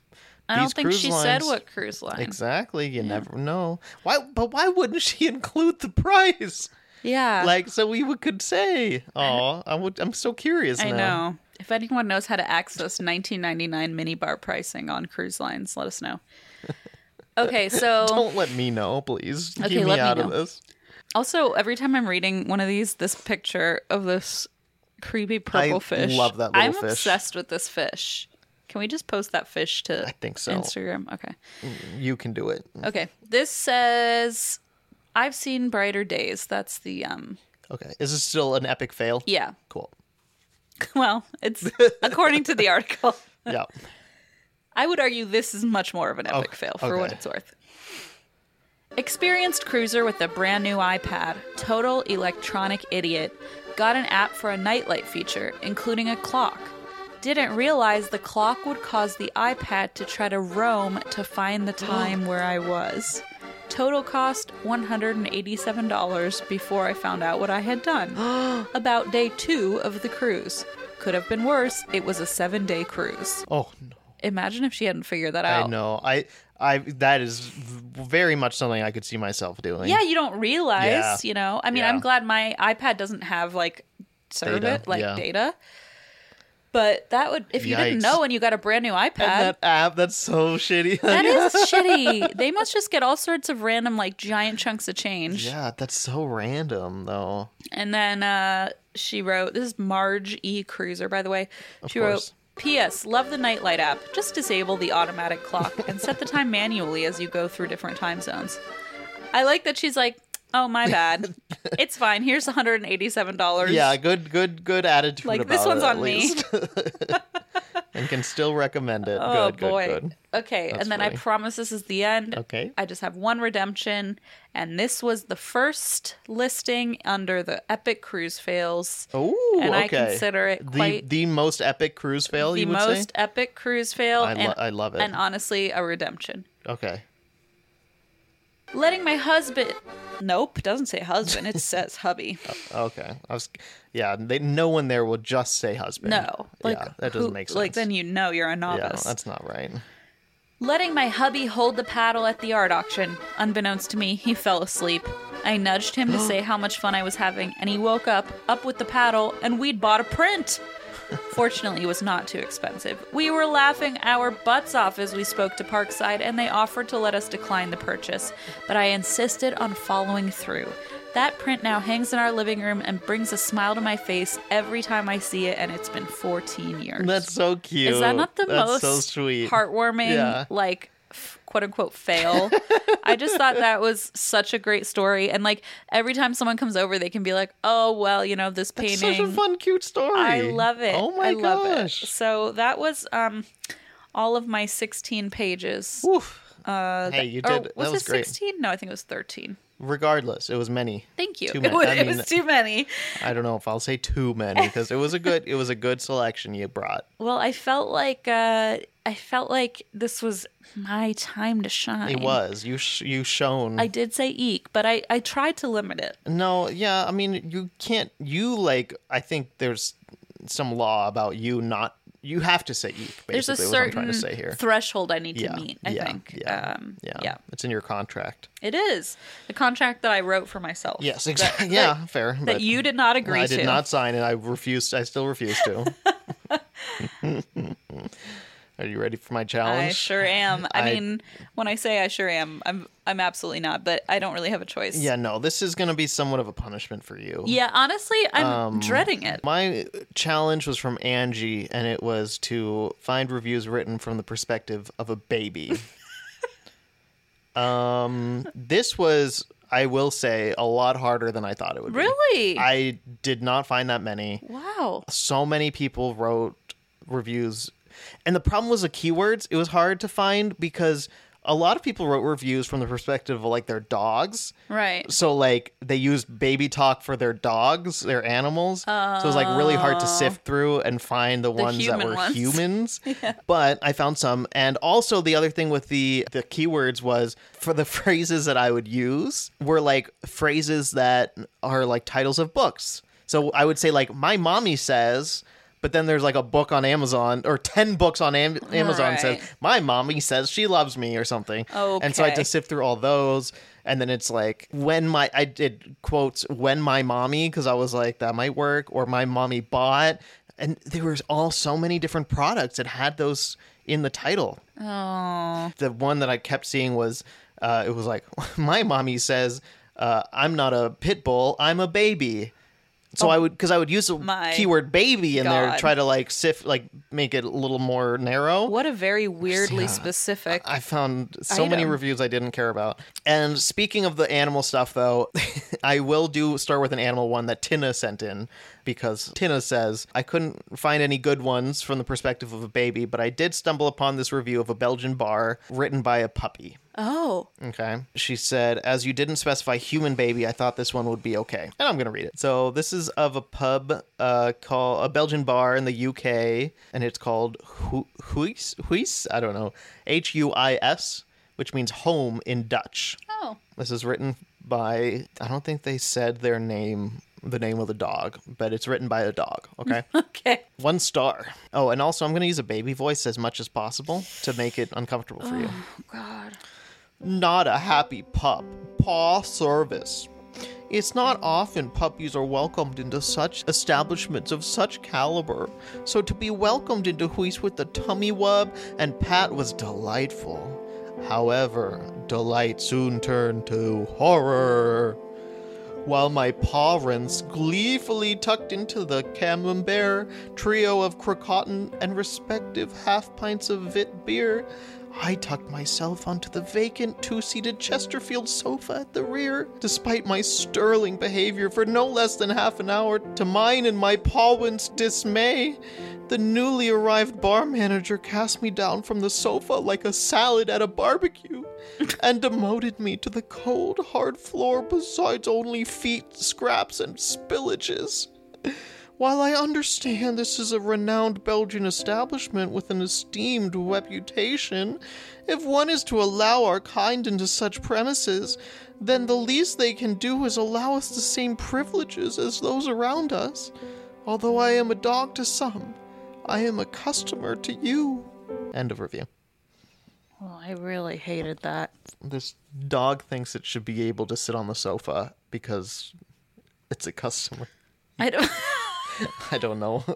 A: I
B: these
A: don't think
B: cruise
A: she
B: lines,
A: said what cruise line.
B: Exactly. You never know. Why? But why wouldn't she [LAUGHS] include the price?
A: Yeah.
B: Like, so we would, could say. Oh, I would. I'm so curious.
A: I
B: now.
A: know. If anyone knows how to access 1999 minibar pricing on cruise lines, let us
B: [LAUGHS]
A: know. Okay, so
B: Don't let me know, please.
A: Okay,
B: Keep me
A: let me
B: out of
A: know.
B: this.
A: also every time I'm reading one of these, this picture of this creepy purple
B: I
A: fish.
B: love that little
A: I'm
B: fish.
A: obsessed with this fish. Can we just post that fish to
B: I think so.
A: Instagram? Okay.
B: You can do it.
A: Okay. This says I've seen brighter days. That's the um [LAUGHS]
B: Okay. Is this still an epic fail?
A: yeah.
B: Cool.
A: Well,
B: [LAUGHS]
A: it's according to the article. [LAUGHS]
B: Yeah.
A: I would argue this is much more of an epic fail for what
B: okay.
A: it's worth. Experienced cruiser with a brand new iPad, total electronic idiot, got an app for a nightlight feature, including a clock. Didn't realize the clock would cause the iPad to try to roam to find the time where I was. Total cost $187 before I found out what I had
B: [GASPS]
A: done. About day two of the cruise. Could have been worse, it was a seven day cruise.
B: Oh no.
A: Imagine if she hadn't figured that out.
B: I know. I. I. That is v- very much something I could see myself doing.
A: Yeah, you don't realize,
B: Yeah.
A: you know. I mean,
B: Yeah.
A: I'm glad my iPad doesn't have like service,
B: Data,
A: like
B: yeah.
A: data. But that would if you didn't
B: Yikes.
A: know and you got a brand new iPad.
B: And that app, that's so shitty.
A: that is shitty. They must just get all sorts of random like giant chunks of change.
B: [LAUGHS] yeah, that's so random, though.
A: And then uh, she wrote, "This is Marge E. Cruiser, by the way." she
B: course.
A: wrote, "P.S. Love the nightlight app. Just disable the automatic clock and set the time manually as you go through different time zones." I like that she's like, "Oh my
B: [LAUGHS]
A: bad, it's fine. Here's 187 dollars."
B: Yeah, good, good, good attitude.
A: Like
B: about
A: this one's [LAUGHS]
B: it, at
A: on
B: least. [LAUGHS]
A: me.
B: and can still recommend it.
A: Oh
B: good,
A: boy.
B: good, good.
A: Okay,
B: That's
A: and then I
B: funny.
A: promise this is the end.
B: Okay.
A: I just have one redemption, and this was the first listing under the epic cruise fails.
B: Oh,
A: and
B: okay.
A: I consider it quite
B: the the most epic cruise fail.
A: the
B: you would
A: most epic cruise fail.
B: I lo-
A: and,
B: I love it.
A: and honestly, a redemption.
B: say. Okay.
A: Letting my husband. Nope, doesn't say husband.
B: [LAUGHS]
A: It says hubby.
B: Okay. I was. Yeah. They, no one there will just say husband.
A: No, like
B: yeah, that doesn't
A: who-
B: make sense.
A: Like then you know you're a
B: Yeah,
A: novice.
B: that's not
A: [LAUGHS]
B: right.
A: Letting my hubby hold the paddle at the art auction. Unbeknownst to me, he fell asleep. I nudged him to say how much fun I was having, and he woke up, up with the paddle, and we'd bought a print. Fortunately, it was not too expensive. We were laughing our butts off as we spoke to Parkside, and they offered to let us decline the purchase, but I insisted on following through. That print now hangs in our living room and brings a smile to my face every time I see it, and it's been 14 years.
B: That's so cute.
A: Is that not the most
B: That's so sweet?
A: heartwarming,
B: Yeah.
A: like f- quote unquote fail? I just thought that was such a great story, and like every time someone comes over, they can be like, "Oh well, you know this painting."
B: That's such a fun, cute story.
A: I love it.
B: Oh my
A: I love
B: gosh.
A: It. So that was um all of my sixteen pages.
B: Oof.
A: Uh,
B: Hey, you
A: or
B: did.
A: Was
B: that was
A: it
B: great.
A: sixteen? No, I think it was thirteen.
B: Regardless, it was many.
A: Thank you. [LAUGHS]
B: Too
A: it
B: many.
A: was,
B: I
A: it
B: mean-
A: was too many.
B: I don't know if I'll say too many because it was a good. It was a good selection you brought.
A: Well, I felt like uh, I felt like this was my time to shine.
B: It was you. Sh- you shone.
A: I did say eek, but I, I tried to limit it.
B: No, yeah, I mean, you can't. You like, I think there's some law about you not. You have to say eek. Basically,
A: There's a
B: was
A: certain
B: what I'm trying to say here.
A: threshold I need
B: yeah,
A: to meet, I
B: yeah,
A: think.
B: Yeah,
A: um,
B: yeah,
A: yeah.
B: It's in your contract.
A: It is the contract that I wrote for myself.
B: Yes, exactly. yeah, fair.
A: That you did not agree
B: I did
A: to.
B: not sign, and I refused. I still refuse
A: [LAUGHS]
B: to. [LAUGHS] Are you ready for my challenge?
A: I sure am. I,
B: I-
A: mean, when I say I sure am, I'm I'm absolutely not, but I don't really have a choice.
B: Yeah, no. This is going to be somewhat of a punishment for you.
A: Yeah, honestly, I'm dreading it.
B: Um, My challenge was from Angie, and it was to find reviews written from the perspective of a baby. um, this was, I will say, a lot harder than I thought it would be.
A: Really?
B: I did not find that many.
A: wow.
B: So many people wrote reviews, and the problem was the keywords. It was hard to find because a lot of people wrote reviews from the perspective of like their dogs.
A: Right.
B: So like they used baby talk for their dogs, their animals. so it was like really hard to sift through and find the, ones that
A: Oh. human
B: were
A: ones. [LAUGHS]
B: humans. But I found some, and also the other thing with the the keywords was for the [LAUGHS] phrases that I would use were like phrases that are like titles of books. So I would say like my mommy says. But then there's like a book on Amazon or 10 books on Am- Amazon says,
A: Right.
B: My mommy says she loves me or something. And so I had
A: Okay.
B: to sift through all those. And then it's like, when my, I did quotes, when my mommy, because I was like, that might work, or my mommy bought. And there was all so many different products that had those in the title. Oh. The one that I kept seeing was, uh, it was like, [LAUGHS] my mommy says, uh, I'm not a pit bull, I'm a baby. So I would, because I would use the
A: Oh my
B: keyword baby in there,
A: God.
B: try to like sift, like make it a little more narrow.
A: What a very weirdly specific.
B: I found so many
A: item.
B: reviews I didn't care about. And speaking of the animal stuff, though, [LAUGHS] I will do start with an animal one that Tina sent in because Tina says I couldn't find any good ones from the perspective of a baby, but I did stumble upon this review of a Belgian bar written by a puppy.
A: oh,
B: Okay. She said, as you didn't specify human baby, I thought this one would be okay. And I'm going to read it. So this is of a pub uh, called a Belgian bar in the UK, and it's called Hu- Huis. Huis? I don't know. H U I S, which means home in Dutch.
A: oh,
B: This is written by, I don't think they said their name, the name of the dog, but it's written by a dog. Okay.
A: okay.
B: One star. Oh, and also I'm going to use a baby voice as much as possible to make it uncomfortable for you
A: God.
B: not a happy pup. Paw service. It's not often puppies are welcomed into such establishments of such caliber, so to be welcomed into Huis with the tummy wub and pat was delightful. However, delight soon turned to horror. While my paw rinse gleefully tucked into the camembert trio of crocotten and respective half pints of vit beer, I tucked myself onto the vacant two seated Chesterfield sofa at the rear. Despite my sterling behavior for no less than half an hour, to mine and my paw rinse dismay, The newly arrived bar manager cast me down from the sofa like a salad at a barbecue and demoted me to the cold, hard floor besides only feet, scraps, and spillages. While I understand this is a renowned Belgian establishment with an esteemed reputation, if one is to allow our kind into such premises, then the least they can do is allow us the same privileges as those around us. Although I am a dog to some, I am a customer to you. End of review.
A: Well, I really hated that.
B: This dog thinks it should be able to sit on the sofa because it's a customer. [LAUGHS]
A: I don't.
B: I don't know. [LAUGHS]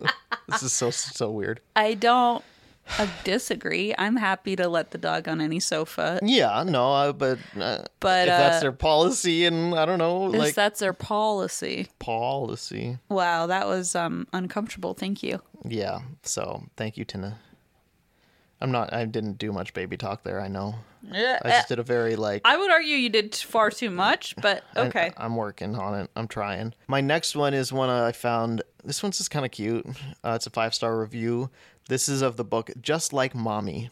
B: this is so so weird.
A: I don't uh, disagree. I'm happy to let the dog on any sofa.
B: Yeah, no, uh, but uh,
A: But,
B: if that's
A: uh,
B: their policy, and I don't know,
A: If
B: like
A: that's their policy.
B: policy.
A: Wow, that was um uncomfortable. Thank you.
B: Yeah. So thank you, Tina. I'm not. I didn't do much baby talk there. I know. I just did a very like.
A: Uh, I would argue you did far too much, but
B: I-
A: okay.
B: I'm working on it. I'm trying. My next one is one I found. This one's just kind of cute. [LAUGHS] Uh, it's a five star review. This is of the book Just Like Mommy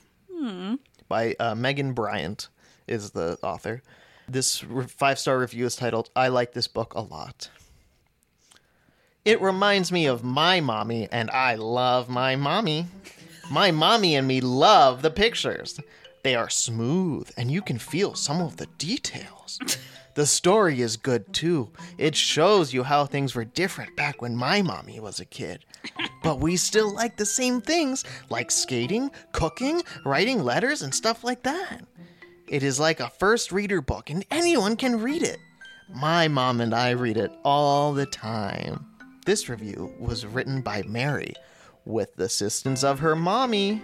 B: by uh, Megan Bryant, is the author. This re- five star review is titled I Like This Book a Lot. It reminds me of my mommy, and I love my mommy. My mommy and me love the pictures. They are smooth, and you can feel some of the details. The story is good too. It shows you how things were different back when my mommy was a kid. But we still like the same things, like skating, cooking, writing letters, and stuff like that. It is like a first reader book, and anyone can read it. My mom and I read it all the time. This review was written by Mary with the assistance of her
A: [LAUGHS]
B: mommy.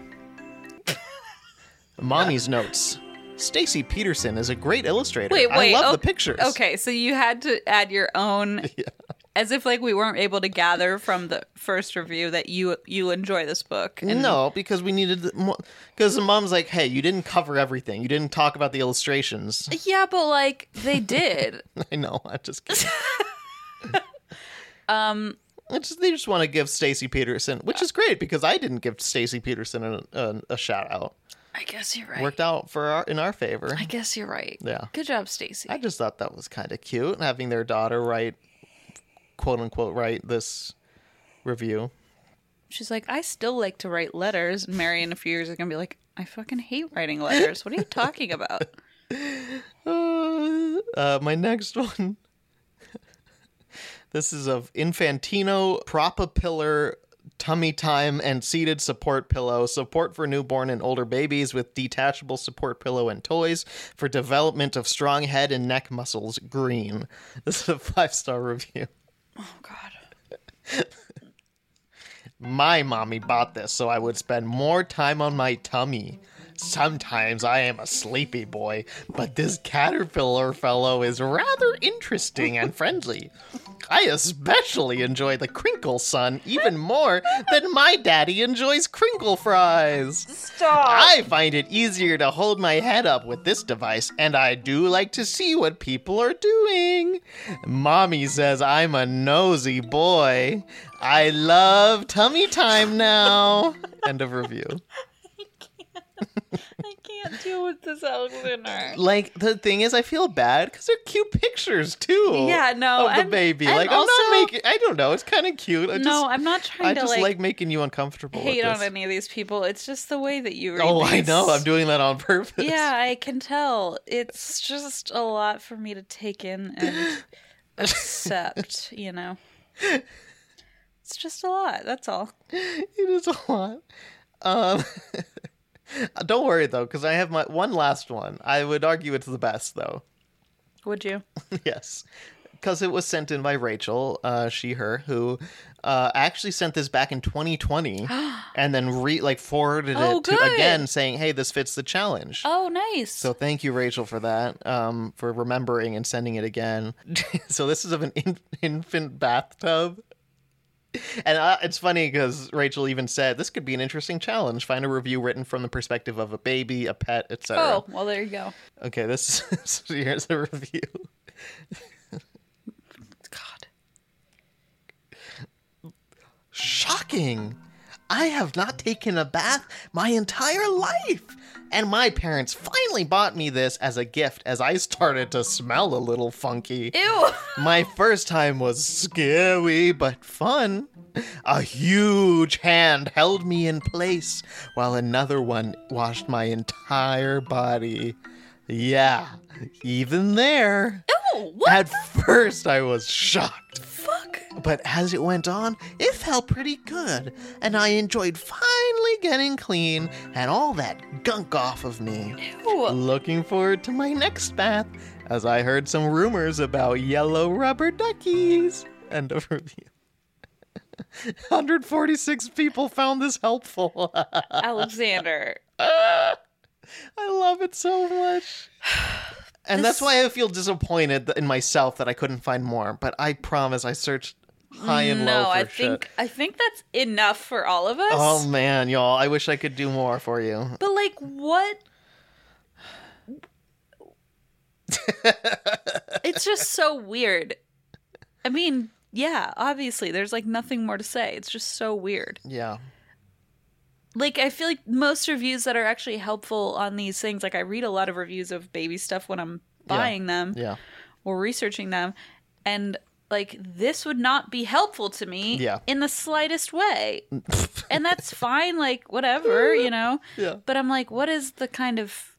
B: Mommy's notes. Stacy Peterson is a great illustrator.
A: wait, wait.
B: I love the
A: okay-
B: pictures.
A: Okay, so you had to add your
B: [LAUGHS]
A: own as if like we weren't able to gather from the first review that you you enjoy this book. And
B: no, because we needed because the mom's like, "Hey, you didn't cover everything. You didn't talk about the illustrations."
A: Yeah, but like they did. [LAUGHS]
B: [LAUGHS] I know. I just kidding. um, it's, they just want to give Stacy Peterson,
A: Uh,
B: which is great because I didn't give Stacy Peterson a, a, a shout out.
A: I guess you're right.
B: Worked out for our, in our favor.
A: I guess you're right.
B: Yeah.
A: Good job, Stacy.
B: I just thought that was kind of cute having their daughter write, quote unquote, write this review.
A: She's like, I still like to write letters. And Mary in a few years is gonna be like, I fucking hate writing letters. What are you talking about?
B: Uh, uh, my next one. this is of Infantino Propa Pillar Tummy Time and Seated Support Pillow. Support for newborn and older babies with detachable support pillow and toys for development of strong head and neck muscles. Green. This is a five star review.
A: [LAUGHS] Oh God.
B: My mommy bought this so I would spend more time on my tummy. Sometimes I am a sleepy boy, but this caterpillar fellow is rather interesting and friendly. I especially enjoy the crinkle sun even more than my daddy enjoys crinkle fries.
A: Oh.
B: Stop! I find it easier to hold my head up with this device, and I do like to see what people are doing. Mommy says I'm a nosy boy. I love tummy
A: [LAUGHS]
B: time now. End of review.
A: I can't deal with this Alexander.
B: Like the thing is, I feel bad because they're cute pictures too.
A: Yeah, no,
B: of the
A: and-
B: baby.
A: and
B: Like I'm
A: also-
B: not making. I don't know. It's kind of cute. I just,
A: No, I'm not trying
B: I
A: to
B: just like,
A: like,
B: making you uncomfortable. with
A: hate on
B: this.
A: any of these people. It's just the way that you read.
B: Oh, I
A: these.
B: know. I'm doing that on purpose.
A: Yeah, I can tell. It's just a lot for me to take in and
B: [LAUGHS]
A: accept. You know, it's just a lot. That's all.
B: [LAUGHS] it is a lot. Um, [LAUGHS] don't worry though, because I have my one last one. I would argue it's the best though. [LAUGHS]
A: Would you?
B: yes because it was sent in by rachel uh, she her who uh, actually sent this back
A: [GASPS]
B: in 2020 and then re like forwarded
A: Oh,
B: it to
A: good.
B: again saying hey this fits the challenge
A: Oh, nice.
B: so thank you rachel for that um, for remembering and sending it again [LAUGHS] so this is of an in- infant bathtub and uh, it's funny because rachel even said this could be an interesting challenge find a review written from the perspective of a baby a pet etc
A: oh, well, there you go.
B: okay this is [LAUGHS] here's a review
A: God.
B: Shocking! I have not taken a bath my entire life. And my parents finally bought me this as a gift as I started to smell a little funky.
A: Ew. [LAUGHS]
B: My first time was scary but fun. A huge hand held me in place while another one washed my entire body. Yeah, even there.
A: Ew, what
B: At first, I was shocked.
A: Fuck.
B: But as it went on, it felt pretty good, and I enjoyed finally getting clean and all that gunk off of me.
A: Ew.
B: Looking forward to my next bath, as I heard some rumors about yellow rubber duckies. End of review. [LAUGHS] 146 people found this helpful. [LAUGHS]
A: Alexander.
B: I love it so much. [SIGHS] And that's why I feel disappointed th- in myself that I couldn't find more. But I promise I searched high and
A: No,
B: low. for
A: I
B: shit.
A: think I think that's enough for all of us.
B: Oh man, y'all! I wish I could do more for you.
A: but like
B: [LAUGHS]
A: what It's just so weird. I mean, yeah, obviously there's like nothing more to say. It's just so weird.
B: Yeah.
A: like I feel like most reviews that are actually helpful on these things, like I read a lot of reviews of baby stuff when I'm buying them
B: Yeah.
A: or researching them, and like this would not be helpful to me
B: Yeah.
A: in the slightest
B: [LAUGHS]
A: way. and that's fine, like whatever, you know.
B: Yeah.
A: But I'm like, what is the kind of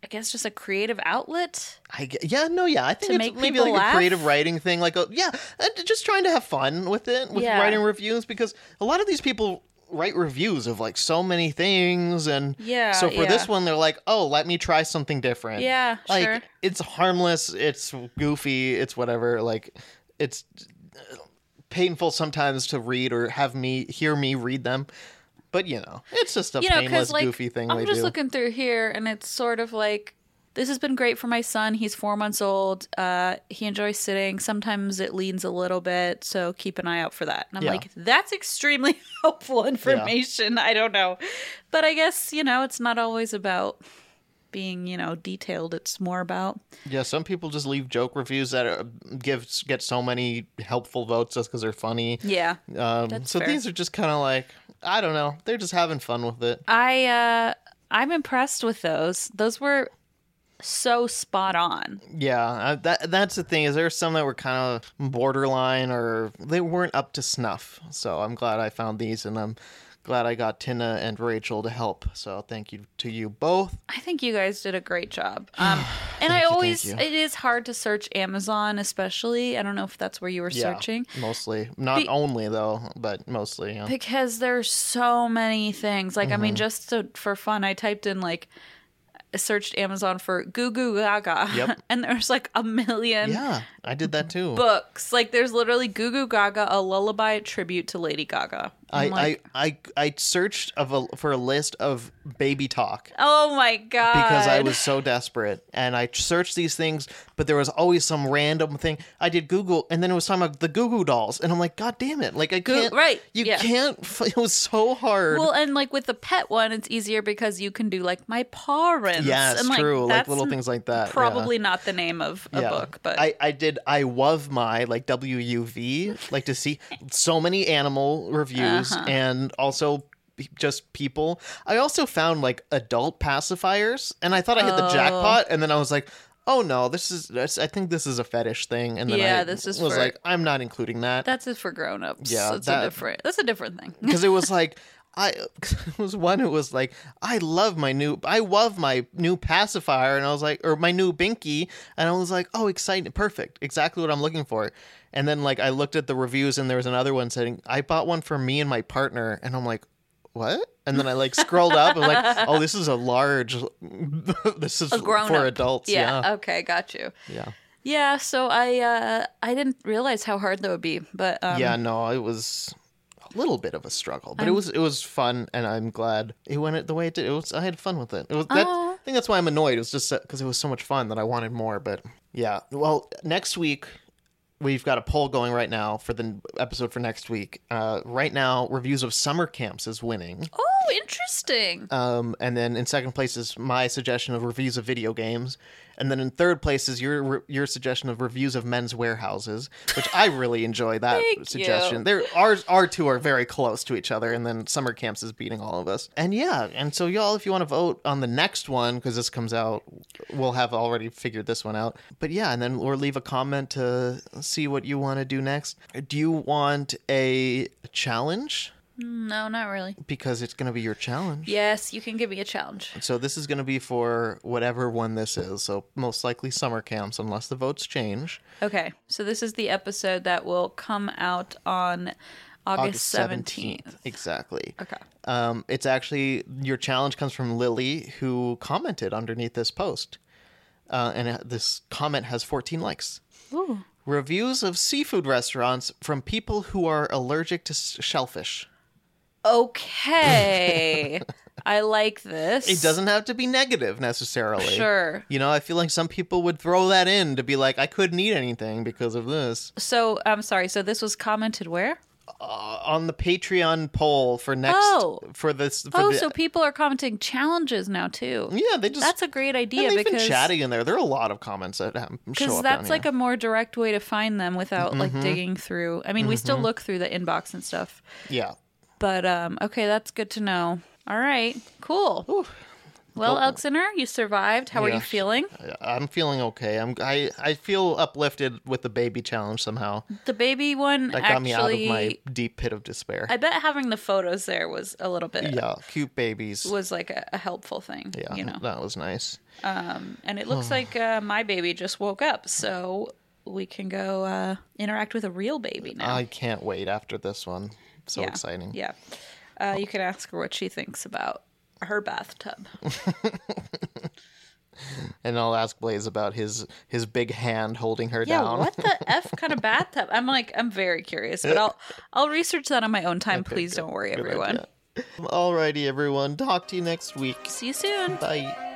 A: I guess just a creative outlet?
B: I ge- yeah no yeah I think
A: To
B: it's
A: make
B: maybe
A: people
B: like
A: laugh?
B: a creative writing thing like a, yeah and just trying to have fun with it with
A: Yeah.
B: writing reviews because a lot of these people write reviews of like so many things and
A: Yeah,
B: so for
A: yeah.
B: this one they're like oh let me try something different
A: Yeah,
B: like
A: sure.
B: it's harmless it's goofy it's whatever like it's uh, painful sometimes to read or have me hear me read them but you know it's just a
A: you know,
B: painless
A: because like
B: goofy thing
A: I'm
B: we
A: just
B: do
A: looking through here, and it's sort of like this has been great for my son. He's four months old. Uh, he enjoys sitting. Sometimes it leans a little bit, so keep an eye out for that. And I'm
B: Yeah.
A: like, that's extremely [LAUGHS] helpful information. I don't know, but I guess you know, it's not always about being you know detailed. It's more about
B: Yeah, some people just leave joke reviews that are, give get so many helpful votes just because they're funny.
A: yeah.
B: Um, so
A: fair.
B: these are just kind of like I don't know. They're just having fun with it.
A: I uh, I'm impressed with those. Those were so spot on.
B: Yeah, uh, that that's the thing is there are some that were kind of borderline or they weren't up to snuff. So I'm glad I found these, and I'm glad I got Tina and Rachel to help. So thank you to you both.
A: I think you guys did a great
B: [SIGHS]
A: job. Um, and I always,
B: you.
A: it is hard to search Amazon, especially. I don't know if that's where you were searching
B: mostly, not
A: Be-
B: only though, but mostly. Yeah.
A: because there's so many things. Like,
B: Mm-hmm.
A: I mean, just to, for fun, I typed in like, I searched Amazon for Goo Goo Gaga,
B: Yep.
A: [LAUGHS] and there's like a million
B: yeah, I did that too.
A: books. Like, there's literally Goo Goo Gaga, a lullaby tribute to Lady Gaga.
B: I,
A: I'm like,
B: I, I I searched of a, for a list of baby talk
A: oh my god!
B: because I was so desperate and I searched these things, but there was always some random thing. I did Google and then it was talking about the Goo Goo Dolls, and I'm like, God damn it! Like I can't.
A: right,
B: You
A: yeah.
B: can't. [LAUGHS] f- It was so hard.
A: Well, and like with the pet one, it's easier because you can do like my parents.
B: yes,
A: and, like,
B: true. Like
A: that's
B: little things like that. yeah.
A: probably not the name of a book, but
B: I, I did I wuv my like W U V like to see so many animal reviews
A: Uh-huh.
B: and also p- just people. I also found like adult pacifiers and I thought I hit the jackpot and then I was like, oh no, this is this, I think this is a fetish thing and then
A: Yeah,
B: I
A: this is
B: was
A: for-
B: like I'm not including that
A: that's it for grown-ups.
B: Yeah,
A: that's
B: that-
A: a different. That's a different
B: [LAUGHS]
A: thing.
B: because it was like I [LAUGHS] it was one who was like I love my new I love my new pacifier and I was like or my new binky and I was like oh exciting perfect exactly what I'm looking for and then like I looked at the reviews and there was another one saying I bought one for me and my partner and I'm like what and then I like scrolled up and like oh this is a large [LAUGHS] this is
A: A grown-up.
B: for adults yeah yeah,
A: Okay, got you.
B: yeah.
A: Yeah. So I uh I didn't realize how hard that would be, but um,
B: yeah no it was a little bit of a struggle but it was it was fun and i'm glad it went the way it did it was i had fun with it it was that, i think that's why i'm annoyed it was just because it was so much fun that i wanted more but yeah well next week we've got a poll going right now for the n- episode for next week uh, right now reviews of summer camps is winning
A: Oh, interesting.
B: Um, and then in second place is my suggestion of reviews of video games, and then in third place is your your suggestion of reviews of men's warehouses, which I really enjoy that
A: Thank
B: suggestion.
A: you.
B: There, ours our two are very close to each other, and then summer camps is beating all of us. And yeah, and so y'all, if you want to vote on the next one because this comes out, we'll have already figured this one out. But yeah, and then or leave a comment to see what you want to do next. Do you want a challenge?
A: No, not really.
B: Because it's going to be your challenge.
A: Yes, you can give me a challenge.
B: So this is going to be for whatever one this is. So most likely summer camps, unless the votes change.
A: Okay, so this is the episode that will come out on August, 17th.
B: exactly.
A: Okay.
B: Um, it's actually your challenge comes from Lily, who commented underneath this post, uh, and it- this comment has 14 likes. Reviews of seafood restaurants from people who are allergic to s- shellfish. [LAUGHS]
A: Okay. I like this.
B: It doesn't have to be negative necessarily.
A: Sure.
B: You know, I feel like some people would throw that in to be like, I couldn't eat anything because of this.
A: So, I'm sorry. So, this was commented where?
B: on the Patreon poll for next
A: Oh.
B: for this. For
A: Oh,
B: the,
A: so people are commenting challenges now, too.
B: yeah, they just
A: That's a great
B: and
A: idea
B: they've
A: because
B: been chatting in there. There are a lot of comments that um, show
A: because
B: up. Mm-hmm.
A: that's like a more direct way to find them without like digging through. I mean, we still look through the inbox and stuff,
B: a yeah.
A: but um, okay, that's good to know. All right, cool. Well, Elxiner, you survived. How are you
B: Yes.
A: feeling?
B: I'm feeling okay. I'm I I feel uplifted with the baby challenge somehow.
A: The baby one
B: That got
A: actually.
B: me out of my deep pit of despair.
A: I bet having the photos there was a little bit
B: yeah, cute babies.
A: was like a, a helpful thing.
B: yeah,
A: you know.
B: that was nice.
A: And it looks like uh, my baby just woke up, so we can go uh, interact with a real baby now.
B: I can't wait after this one. So
A: yeah.
B: Ah, exciting.
A: Yeah. Uh, you can ask her what she thinks about her bathtub.
B: And I'll ask Blaze about his his big hand holding her
A: Yeah,
B: down. [LAUGHS]
A: what the f kind of bathtub? I'm like, I'm very curious, but I'll I'll research that on my own time. Please don't worry, everyone.
B: Alrighty, everyone. Talk to you next week.
A: See you soon.
B: Bye.